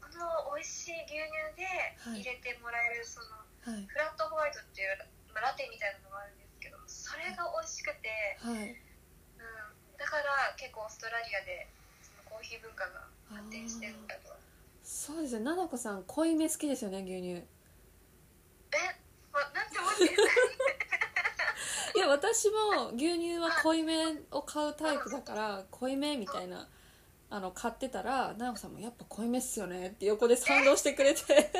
Speaker 2: この美味しい牛乳で入れてもらえるその
Speaker 1: はい
Speaker 2: フラットホワイトっていうまあラテみたいなのがあるんですけどそれが美味しくて、
Speaker 1: はい
Speaker 2: うんだから結構オーストラリアでコーヒー文化が発展してるんだと
Speaker 1: そうですね菜々子さん濃いめ好きですよね牛乳
Speaker 2: え、ま、なんて思って *laughs* る
Speaker 1: いや私も牛乳は濃いめを買うタイプだから濃いめみたいなあの買ってたら奈子さんも「やっぱ濃いめっすよね」って横で賛同してく *laughs* れて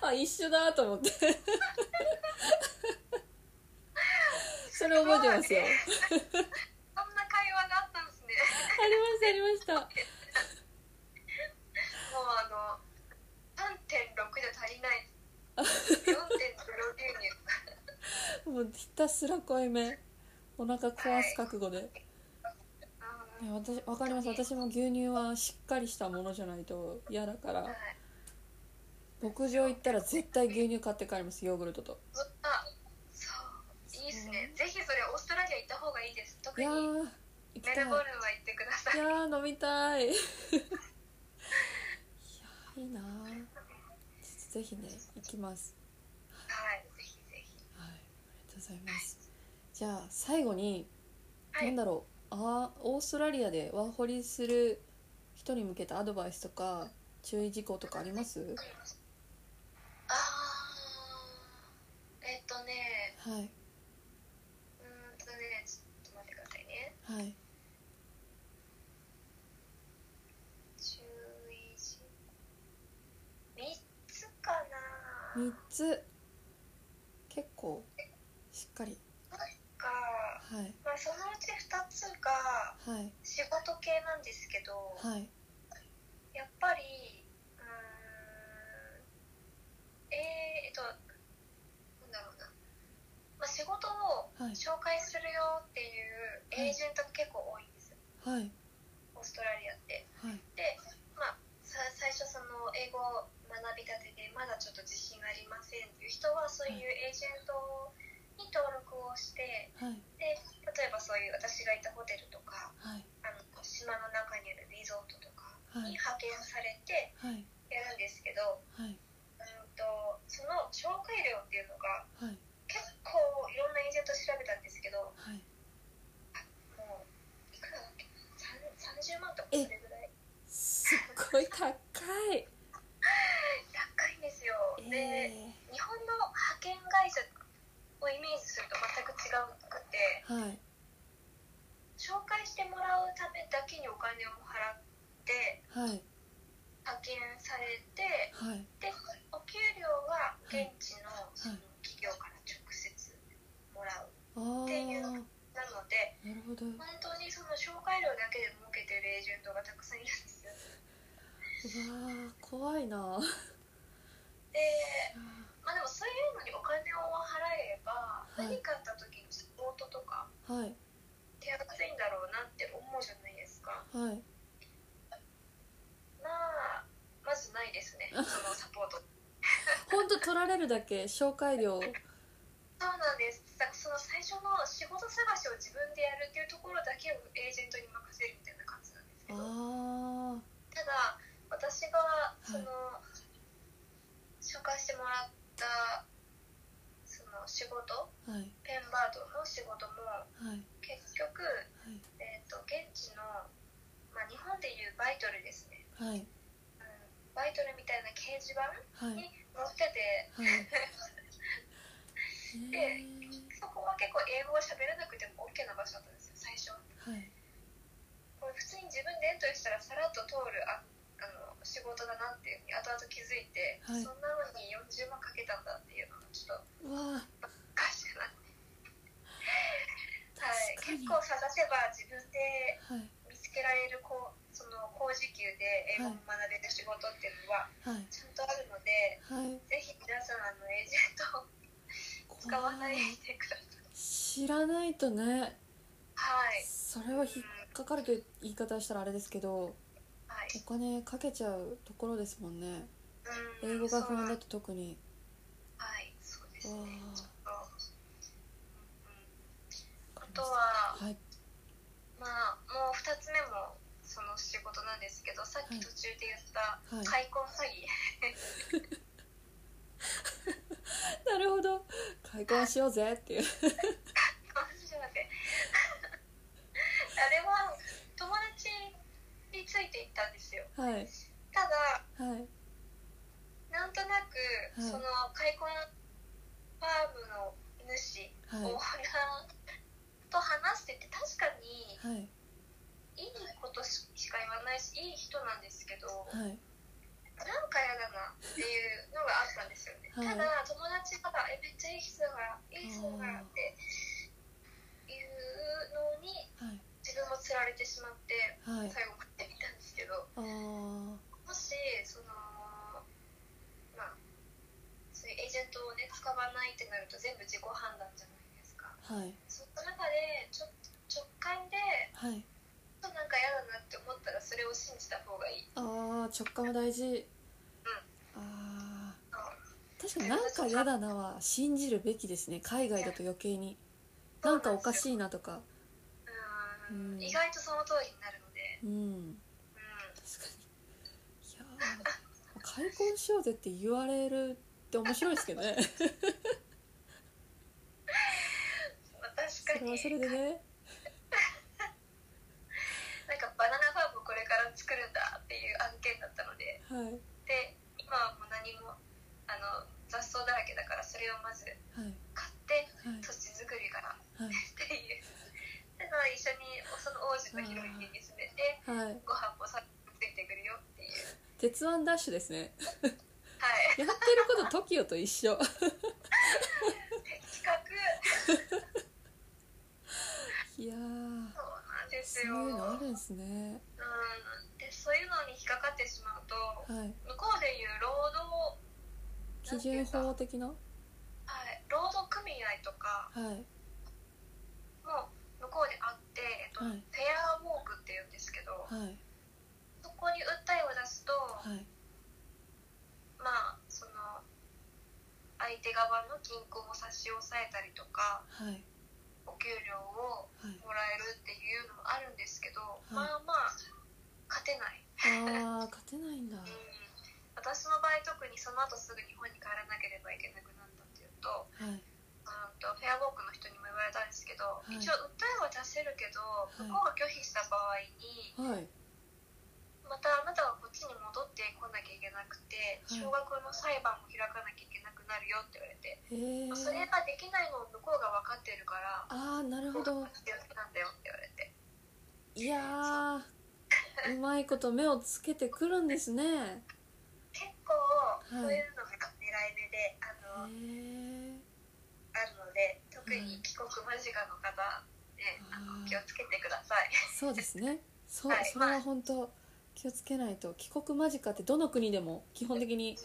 Speaker 1: あ一緒だと思って *laughs* それ覚えてますよあり
Speaker 2: そんな会話があったんですね
Speaker 1: ましたありました
Speaker 2: もうあの3.6じゃ足りない
Speaker 1: *laughs*
Speaker 2: 4.0牛乳
Speaker 1: もうひたすら濃いめお腹壊す覚悟で
Speaker 2: う
Speaker 1: い
Speaker 2: ん
Speaker 1: や私わかります私も牛乳はしっかりしたものじゃないと嫌だから
Speaker 2: はい
Speaker 1: 牧場行ったら絶対牛乳買って帰りますヨーグルトと
Speaker 2: あそういいですねぜひそれオーストラリア行った方がいいです特
Speaker 1: い
Speaker 2: に
Speaker 1: やー
Speaker 2: メ
Speaker 1: 行きたい
Speaker 2: ルボルンは行ってください
Speaker 1: いやー飲みた
Speaker 2: *laughs*
Speaker 1: いいやーいいなーちょっとぜひね行きます
Speaker 2: はいぜひぜひ
Speaker 1: はいありがとうございますじゃあ最後に、
Speaker 2: はい
Speaker 1: なんだろうあーオーストラリアでワーホリする人に向けたアドバイスとか注意事項とかあります
Speaker 2: あーえっとね
Speaker 1: はいう
Speaker 2: ーんとねちょっと待ってくださいね
Speaker 1: はい
Speaker 2: 注意事項3つかな
Speaker 1: 3つ結構しっかり
Speaker 2: か、
Speaker 1: はい
Speaker 2: まあ、そのうち2つが
Speaker 1: はい
Speaker 2: 仕事系なんですけど
Speaker 1: はい
Speaker 2: やっぱりうーんえー、えっとなんだろうな、まあ、仕事を
Speaker 1: はい
Speaker 2: 紹介するよっていうエージェントが結構多いんですよ
Speaker 1: はい
Speaker 2: オーストラリアって
Speaker 1: はい
Speaker 2: で、まあ、さ最初その英語を学びたてでまだちょっと自信ありませんっていう人はそういうエージェントに登録をして
Speaker 1: はい
Speaker 2: で例えばそういう私がいたホテルとか
Speaker 1: はい
Speaker 2: あの島の中にあるリゾートとか
Speaker 1: はい
Speaker 2: に派遣されて
Speaker 1: はい
Speaker 2: やるんですけど、
Speaker 1: はい
Speaker 2: うんとその紹介料っていうのが
Speaker 1: はい
Speaker 2: 結構いろんなエージェント調べたんですけど
Speaker 1: はい
Speaker 2: もういくらだっけさん30万とかそれぐらい
Speaker 1: すっごい高い
Speaker 2: 高いんですよ、
Speaker 1: え
Speaker 2: で日本の派遣会社をイメージすると全く違うくて
Speaker 1: ー、はい
Speaker 2: 紹介してもらうためだけにお金を払って
Speaker 1: はい
Speaker 2: 派遣されて
Speaker 1: はい
Speaker 2: でお給料は現地のその企業から直接もらう
Speaker 1: ああ
Speaker 2: っていう
Speaker 1: なる
Speaker 2: なので
Speaker 1: ほどうわ
Speaker 2: 本当にその紹介料だけで儲けてるエージェントがたくさんいるんですよ
Speaker 1: ー怖いな
Speaker 2: でまあでもそういうのにお金を払えば
Speaker 1: い
Speaker 2: 何かあった時のサポートとか
Speaker 1: はい
Speaker 2: 手厚いんだろうなって思うじゃないですか
Speaker 1: はい
Speaker 2: まあまずないです
Speaker 1: *laughs*
Speaker 2: ねそのサポート
Speaker 1: 本当取られるだけ紹介料
Speaker 2: そうなんですだからその最初の仕事探しを自分でやるっていうところだけをエージェントに任せるみたいな感じなんですけど
Speaker 1: あ
Speaker 2: ただ私がその、
Speaker 1: は
Speaker 2: 紹介してもらったその仕事
Speaker 1: ーはい
Speaker 2: ペンバードの仕事も
Speaker 1: はい
Speaker 2: 結局、えー、と現地の、まあ、日本でいうバイトルですね、
Speaker 1: はいはい
Speaker 2: うん、バイトルみたいな掲示板
Speaker 1: はい
Speaker 2: に載ってて、
Speaker 1: はいえー
Speaker 2: そこは結構英語を喋らなくても OK な場所だったんですよ最
Speaker 1: は
Speaker 2: 初
Speaker 1: い
Speaker 2: これ普通に自分でエントリーしたらさらっと通るああの仕事だなっていうふうに後々気づいて、
Speaker 1: はい
Speaker 2: そんなのに40万かけたんだっていうのがちょっと
Speaker 1: うわあ
Speaker 2: おかしくなって、は
Speaker 1: 確
Speaker 2: い、
Speaker 1: かに
Speaker 2: 結構探せば自分で
Speaker 1: はい
Speaker 2: 見つけられるこうその高時給で英語を学べる仕事っていうのは
Speaker 1: はい
Speaker 2: ちゃんとあるので、
Speaker 1: はい
Speaker 2: ぜひ皆さんあのエージェントを使わ
Speaker 1: 怖
Speaker 2: ない
Speaker 1: い
Speaker 2: でください。
Speaker 1: 知らないとね
Speaker 2: はい、
Speaker 1: それは引っかかるという言い方したらあれですけど
Speaker 2: はい、
Speaker 1: お金かけちゃうところですもんね
Speaker 2: うん
Speaker 1: 英語が不安だ
Speaker 2: そう
Speaker 1: と特に
Speaker 2: はい、そうです
Speaker 1: わ
Speaker 2: ね。ちょっと
Speaker 1: あ
Speaker 2: あとは
Speaker 1: はい
Speaker 2: まあもう二つ目もその仕事なんですけど、さっき途中で言った
Speaker 1: はい
Speaker 2: 開墾詐
Speaker 1: *laughs*
Speaker 2: 欺、
Speaker 1: なるほど開墾しようぜっていう
Speaker 2: あちょっと待ってあれは友達その開墾ファームの
Speaker 1: は
Speaker 2: 主、
Speaker 1: い
Speaker 2: オーナーと話してて確かに
Speaker 1: はい
Speaker 2: いいことしか言わないしいい人なんですけど
Speaker 1: はい
Speaker 2: なんか嫌だなっていうのがあったんですよね、
Speaker 1: はい
Speaker 2: ただ友達が「えめっちゃいい人がいい人が」っていうのに
Speaker 1: はい
Speaker 2: 自分もつられてしまって
Speaker 1: はい
Speaker 2: 最後買ってみたんですけど
Speaker 1: あー
Speaker 2: もしそのまあそういうエージェントをね使わないってなると全部自己判断じゃないですか
Speaker 1: はい
Speaker 2: その中でちょ直感で
Speaker 1: はい
Speaker 2: ちょっとなんか嫌だなって思ったらそれを信じた方がいい
Speaker 1: あー直感は大事あ
Speaker 2: あの
Speaker 1: ー確かになんか嫌だなは信じるべきですね海外だと余計になんかおかしいなとかう
Speaker 2: う
Speaker 1: ん
Speaker 2: ん意外とその通りになるので、
Speaker 1: うん
Speaker 2: うん、
Speaker 1: 確かにいやー開墾しようぜって言われるって面白いですけどね
Speaker 2: まあ
Speaker 1: そ
Speaker 2: 確か
Speaker 1: れ
Speaker 2: に
Speaker 1: はそれでね
Speaker 2: なんかバナナファームをこれから作るんだっていう案件だったので
Speaker 1: はい
Speaker 2: で今はもう何もあの雑草だらけだからそれをまず
Speaker 1: はい
Speaker 2: 買って
Speaker 1: はい
Speaker 2: 土地作りから *laughs*
Speaker 1: はい
Speaker 2: っていうだから一緒にその王子とヒロインに住めて
Speaker 1: はい
Speaker 2: ご飯もさついてくるよっていう
Speaker 1: 鉄腕ダッシュですね
Speaker 2: はい
Speaker 1: やってること TOKIO と一緒
Speaker 2: 企画
Speaker 1: いやー
Speaker 2: そうなんです
Speaker 1: そうい
Speaker 2: よ
Speaker 1: うのあ
Speaker 2: う
Speaker 1: るんですね
Speaker 2: んでそういうのに引っかかってしまうと
Speaker 1: はい
Speaker 2: 向こうでいう労働
Speaker 1: 基準法的なは
Speaker 2: はい労働組合とか
Speaker 1: い
Speaker 2: も向こうであって、えっと
Speaker 1: はい
Speaker 2: フェアウォークって言うんですけど
Speaker 1: はい
Speaker 2: そこに訴えを出すと、
Speaker 1: はい
Speaker 2: まあその相手側の銀行を差し押さえたりとか
Speaker 1: はい
Speaker 2: お給料を
Speaker 1: はい
Speaker 2: もらえるっていうのもあるんですけど、
Speaker 1: い
Speaker 2: まあまあ勝てない、
Speaker 1: あー勝てないんだ
Speaker 2: うん、私の場合特にその後すぐ日本に帰らなければいけなくなったっていうと
Speaker 1: はい
Speaker 2: うんとフェアウォークの人にも言われたんですけど、
Speaker 1: い
Speaker 2: 一応訴えは出せるけど
Speaker 1: い
Speaker 2: 向こうが拒否した場合に
Speaker 1: はい
Speaker 2: またあなたはこっちに戻ってこなきゃいけなくて
Speaker 1: はい
Speaker 2: 少額の裁判も開かなきゃいけなくなるよって言われて、
Speaker 1: へえ
Speaker 2: それができないのを向こうが分かってるから。
Speaker 1: ああなるほ
Speaker 2: 僕
Speaker 1: ど
Speaker 2: が必要なんだよって言われて
Speaker 1: いやーうまいこと目をつけてくるんですねへ
Speaker 2: 結構
Speaker 1: い
Speaker 2: そういうのが狙い目で、あの
Speaker 1: え
Speaker 2: あるので特に帰国間近の方ね、あ
Speaker 1: あー
Speaker 2: の気をつけてください
Speaker 1: そうですねそう
Speaker 2: はい
Speaker 1: それは本当気をつけないと帰国間近ってどの国でも基本的に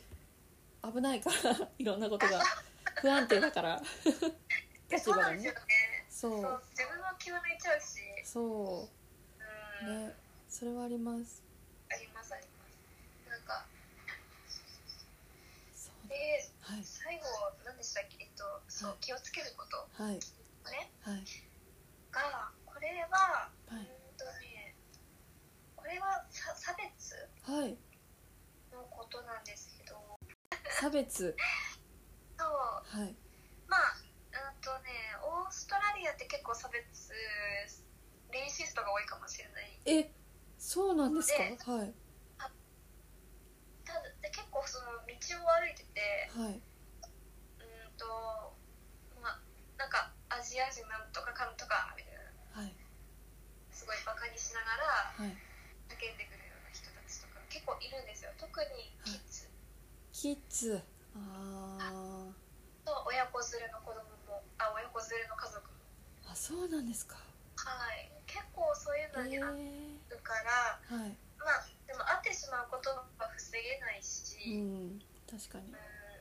Speaker 1: 危ないから *laughs* いろんなことが不安定だ
Speaker 2: *laughs*
Speaker 1: から立
Speaker 2: そう
Speaker 1: 場が
Speaker 2: なんですよ
Speaker 1: ね
Speaker 2: ね
Speaker 1: そ
Speaker 2: そう
Speaker 1: う
Speaker 2: 自分も気を抜いちゃうし、
Speaker 1: そううんねそれはあります
Speaker 2: ありますありますなんか
Speaker 1: そう
Speaker 2: で
Speaker 1: はい
Speaker 2: 最後何でしたっけえっとそう気をつけること
Speaker 1: はい
Speaker 2: ね
Speaker 1: はい
Speaker 2: がこれは、
Speaker 1: は
Speaker 2: うーん
Speaker 1: い
Speaker 2: とねこれはさ差別
Speaker 1: はい
Speaker 2: のことなんですけど
Speaker 1: 差別
Speaker 2: そう
Speaker 1: はい
Speaker 2: まあ、うんとね、オーストラリアって結構差別レイシストが多いかもしれない。
Speaker 1: えそうなんですかはい
Speaker 2: ただで結構その道を歩いてて、
Speaker 1: はい
Speaker 2: うんと、まあ、なんかアジア人なんとかかんとかみたい
Speaker 1: は
Speaker 2: な、
Speaker 1: い
Speaker 2: すごいバカにしなが
Speaker 1: は
Speaker 2: ら
Speaker 1: い
Speaker 2: 叫んでくるような人たちとか結構いるんですよ。特にキッズ
Speaker 1: キッズあ
Speaker 2: と親子連れの子供も、あ、親子連れの家族も。
Speaker 1: ーあそうなんですか
Speaker 2: はい。結構そういうの
Speaker 1: え
Speaker 2: に
Speaker 1: え
Speaker 2: あるから、
Speaker 1: はい
Speaker 2: まあ、でも会ってしまうことは防げないし、
Speaker 1: うん確かに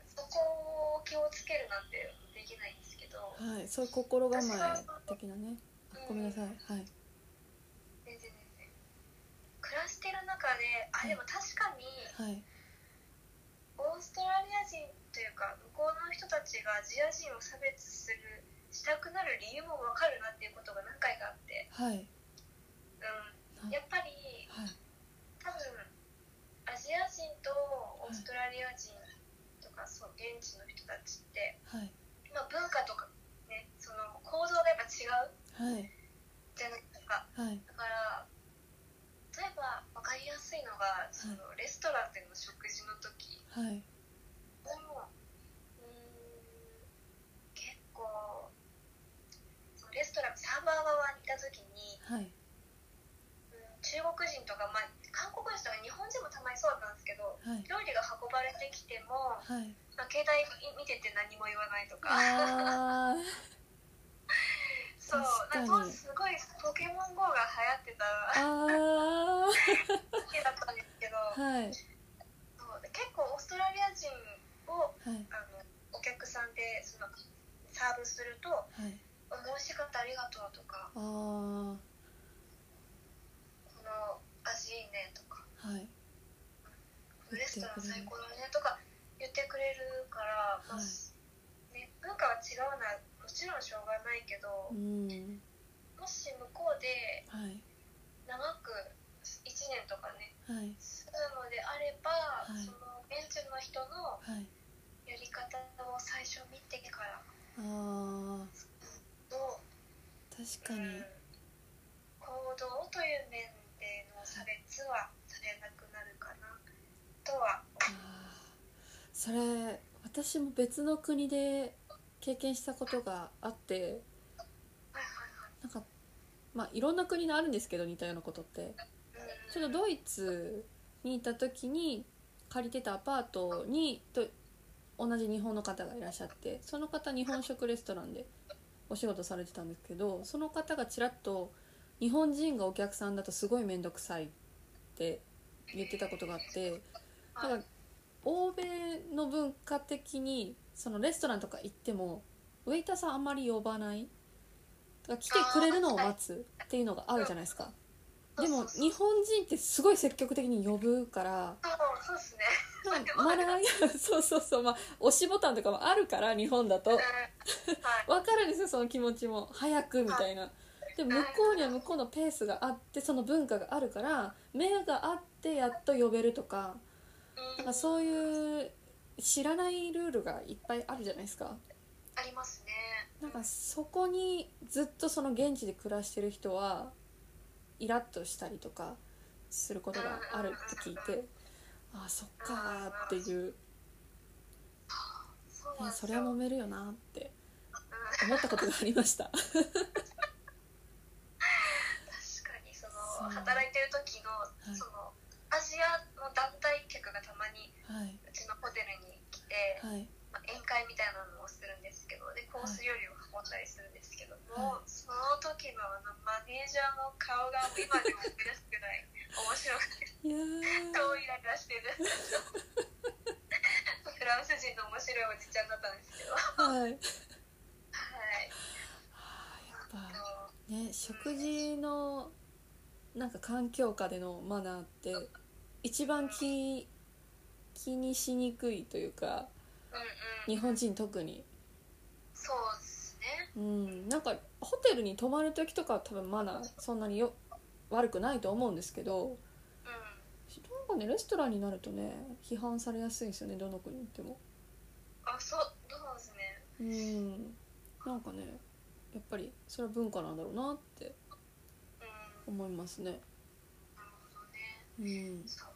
Speaker 2: そこを気をつけるなんてできないんですけど
Speaker 1: はいそういう心構え的なねあごめんなさいはい
Speaker 2: 全然全然暮らしてる中であでも確かに
Speaker 1: はい
Speaker 2: オーストラリア人というか向こうの人たちがアジア人を差別するしたくなる理由もわかるなっていうことが何回かあって、
Speaker 1: はい
Speaker 2: うん、やっぱり
Speaker 1: はい
Speaker 2: 多分アジア人とオーストラリア人とかそう現地の人たちって、
Speaker 1: はい
Speaker 2: まあ、文化とかねその構造がやっぱ違う
Speaker 1: はい
Speaker 2: じゃないですか。
Speaker 1: はい
Speaker 2: だから例えば分かりやすいのがそのレストランでの食事の時
Speaker 1: はい
Speaker 2: もうバー側にいた時に、
Speaker 1: はい
Speaker 2: うん中国人とか、まあ、韓国人とか日本人もたまにそうなんですけど
Speaker 1: はい
Speaker 2: 料理が運ばれてきても、
Speaker 1: はい
Speaker 2: まあ、携帯見てて何も言わないとか
Speaker 1: あ
Speaker 2: そう
Speaker 1: 確かに
Speaker 2: な当時すごいポケモン GO が流行って
Speaker 1: ーあ
Speaker 2: た時だったんですけど
Speaker 1: ーはい
Speaker 2: そうで結構オーストラリア人を
Speaker 1: はい
Speaker 2: あのお客さんでそのサーブすると「
Speaker 1: はい
Speaker 2: 美味しかったありがとう」とか
Speaker 1: あー
Speaker 2: 「この味いいね」とか
Speaker 1: はい
Speaker 2: 「レストラン最高だね」とか言ってくれるから、まあ
Speaker 1: は
Speaker 2: ね、文化は違うのはもちろんしょうがないけど
Speaker 1: うん
Speaker 2: もし向こうで
Speaker 1: はい
Speaker 2: 長く1年とかね
Speaker 1: はい
Speaker 2: 住むのであれば、
Speaker 1: い
Speaker 2: その現地の人の
Speaker 1: はい
Speaker 2: やり方を最初見てから
Speaker 1: あー
Speaker 2: どう
Speaker 1: 確かに
Speaker 2: うん行動という面での差別はされなくなるかなとは
Speaker 1: あーそれ私も別の国で経験したことがあって
Speaker 2: はい
Speaker 1: なんかまあいろんな国のあるんですけど似たようなことって
Speaker 2: はいはい
Speaker 1: ちょうどドイツにいた時に借りてたアパートにと同じ日本の方がいらっしゃってその方日本食レストランでお仕事されてたんですけどその方がちらっと日本人がお客さんだとすごい面倒くさいって言ってたことがあってだから欧米の文化的にそのレストランとか行ってもウェイターさんあんまり呼ばないだから来てくれるのを待つっていうのがあるじゃないですか。でも
Speaker 2: そうそう
Speaker 1: 日本人ってすごい積極的に呼ぶから
Speaker 2: そうそうですね
Speaker 1: なんかマナー *laughs* そうそうそうまあ押しボタンとかもあるから日本だと
Speaker 2: うん
Speaker 1: わ
Speaker 2: はい
Speaker 1: かるんですよその気持ちも早くみたいなで向こうには向こうのペースがあってその文化があるから目があってやっと呼べるとか
Speaker 2: うん
Speaker 1: *laughs* なんかそういう知らないルールがいっぱいあるじゃないですか
Speaker 2: ありますね
Speaker 1: なんかそこにずっとその現地で暮らしてる人はイラッとしたりとかすることがあるって聞いてああそっかーっていう
Speaker 2: そう
Speaker 1: い
Speaker 2: なん
Speaker 1: や
Speaker 2: です
Speaker 1: そ
Speaker 2: よ
Speaker 1: れは揉めるよなって思ったことがありました
Speaker 2: 確かにそ
Speaker 1: そう
Speaker 2: の働いてる時の
Speaker 1: い
Speaker 2: そのアジアの団体客がたまに
Speaker 1: はい、
Speaker 2: うちのホテルに来て、
Speaker 1: はい、
Speaker 2: まあ、宴会みたいなのをするんですけどでコース料理を運んだりするんですけど
Speaker 1: は
Speaker 2: も、その時のあのマネージャーの顔が今でも思い出すくらい面
Speaker 1: いやー
Speaker 2: 白くて顔イライラし
Speaker 1: *laughs*
Speaker 2: てるフランス人の面白いおじちゃんだったんですけどは
Speaker 1: はいやっ
Speaker 2: い
Speaker 1: ぱ
Speaker 2: あの
Speaker 1: ね食事のなんか環境下でのマナーって一番気気にしにくいというか
Speaker 2: うんうん
Speaker 1: 日本人特に
Speaker 2: そうですね
Speaker 1: うん、なんかホテルに泊まる時とかは多分マナーそんなによ悪くないと思うんですけど
Speaker 2: うん
Speaker 1: なんかねレストランになるとね批判されやすいんですよねどの国に行っても
Speaker 2: あそうどうですね
Speaker 1: うんなんかねやっぱりそれは文化なんだろうなって
Speaker 2: うん
Speaker 1: 思いますね
Speaker 2: なるほどね
Speaker 1: うん
Speaker 2: そう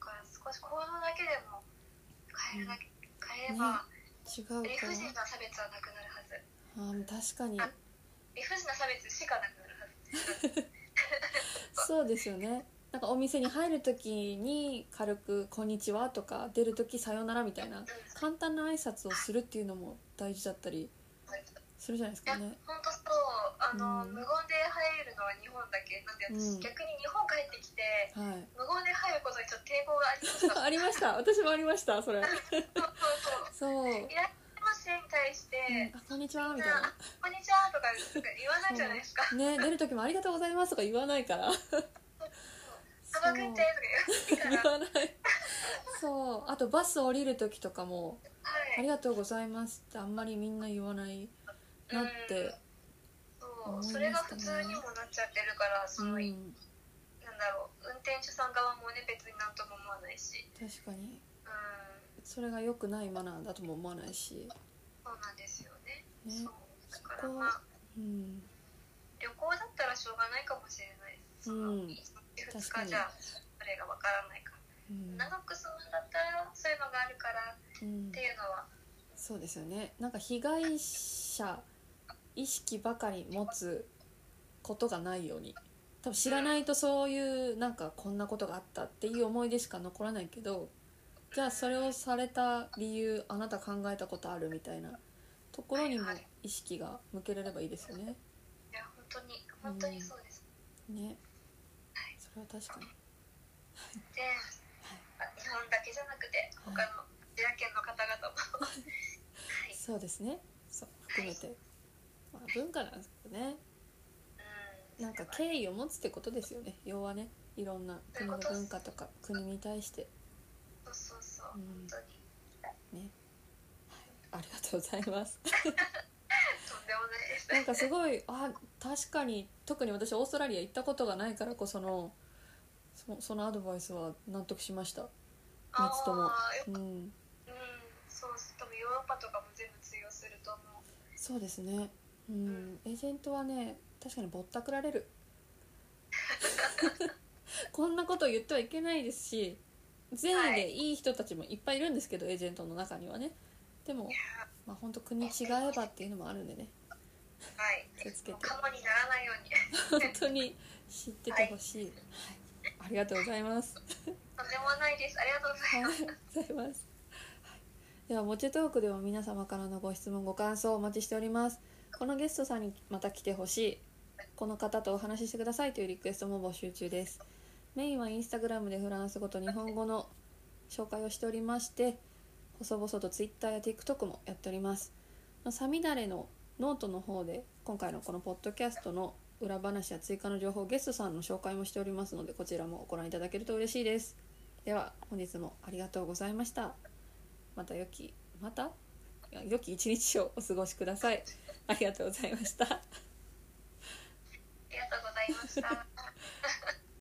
Speaker 2: だから少し行動だけでも変えるだけ変えれば、
Speaker 1: 違うか
Speaker 2: 理不尽な差別はなくなるはず
Speaker 1: あー確かに
Speaker 2: 理不尽な差別しかなくなるはず
Speaker 1: そうですよねなんかお店に入る時に軽く「こんにちは」とか出る時「さよなら」みたいな簡単な挨拶をするっていうのも大事だったりするじゃないです
Speaker 2: いや
Speaker 1: かね
Speaker 2: 本当そうあの、
Speaker 1: うん
Speaker 2: 無言で入るのは日本だけなんで私、
Speaker 1: うん
Speaker 2: 逆に日本帰ってきて
Speaker 1: はい
Speaker 2: 無言で入ることにちょっと抵抗がありました
Speaker 1: ありました私もありましたそれ
Speaker 2: そうそうそう
Speaker 1: そう、うん
Speaker 2: いらっしゃいませに対して「
Speaker 1: あこんにちはみたいな
Speaker 2: こんにちは」とか言わないじゃないですか「
Speaker 1: ね出る時もありがとうございますとか言わないから
Speaker 2: 砂漠行って」とか
Speaker 1: 言
Speaker 2: 言わないから
Speaker 1: わないそうあとバス降りる時とかも「
Speaker 2: は
Speaker 1: あ
Speaker 2: い
Speaker 1: りがとうございます」ってあんまりみんな言わないなって
Speaker 2: そうそれが普通にもなっちゃってるから
Speaker 1: う
Speaker 2: そ
Speaker 1: ん
Speaker 2: の、なんだろう運転手さん側もね別になんとも思わないし
Speaker 1: 確かに
Speaker 2: うん
Speaker 1: それが良くないマナーだとも思わないし
Speaker 2: そうなんですよね。
Speaker 1: ね
Speaker 2: そうだか
Speaker 1: そ
Speaker 2: ら
Speaker 1: こ
Speaker 2: まあ
Speaker 1: うん
Speaker 2: 旅行だったらしょうがないかもしれないです。その
Speaker 1: うん
Speaker 2: 1日2
Speaker 1: 確か
Speaker 2: 日
Speaker 1: に
Speaker 2: じゃあれがわからないから。
Speaker 1: うん、
Speaker 2: 長く住むんだったらそういうのがあるからっ
Speaker 1: うん
Speaker 2: ていうのは。
Speaker 1: そうですよねなんか被害者意識ばかり持つことがないように多分知らないとそういうなんかこんなことがあったっていう思い出しか残らないけどじゃあそれをされた理由あなた考えたことあるみたいなところにも意識が向けられればいいですよね。
Speaker 2: いや本当に本当にそうです、
Speaker 1: ねそれは確かに。
Speaker 2: で、まあ日本だけじゃなくて他のアジア圏の方々
Speaker 1: *laughs*
Speaker 2: もはい
Speaker 1: そうですね。そう含めて、まあ、文化なんですけどね。
Speaker 2: うん
Speaker 1: なんか敬意を持つってことですよね。要はね、いろんな国の文化とか国に対して
Speaker 2: そうそうそう、
Speaker 1: うん
Speaker 2: 本当に
Speaker 1: ね。はい、ありがとうございます。 *laughs*
Speaker 2: とんでもないです
Speaker 1: なんかすごいあ確かに特に私オーストラリア行ったことがないからこそのそそのアドバイスは納得しました。三つとも
Speaker 2: あー
Speaker 1: うん、
Speaker 2: ようんそう多分ヨーロッパとかも全部通用すると思う
Speaker 1: そうですね。うん、エージェントはね確かにぼったくられる。 *laughs* こんなこと言ってはいけないですし善意でいい人たちもいっぱいいるんですけど、エージェントの中にはねでも
Speaker 2: いや
Speaker 1: まあ本当国違えばっていうのもあるんでね
Speaker 2: はい
Speaker 1: 気をつけて
Speaker 2: カモにならないように
Speaker 1: 本当に知っててほしい、はいありがとうございます
Speaker 2: とんでもないですありがとうござ
Speaker 1: はいい、
Speaker 2: ます、
Speaker 1: ございます。では、モチトークでは皆様からのご質問、ご感想をお待ちしております。このゲストさんにまた来てほしい、この方とお話ししてくださいというリクエストも募集中です。メインはインスタグラムでフランス語と日本語の紹介をしておりまして、細々とツイッターや TikTok もやっております。サミダレのノートの方で、今回のこのポッドキャストの裏話や追加の情報、ゲストさんの紹介もしておりますので、こちらもご覧いただけると嬉しいです。では本日もありがとうございましたまた良きまたいや良き一日をお過ごしくださいありがとうございました
Speaker 2: ありがとうございました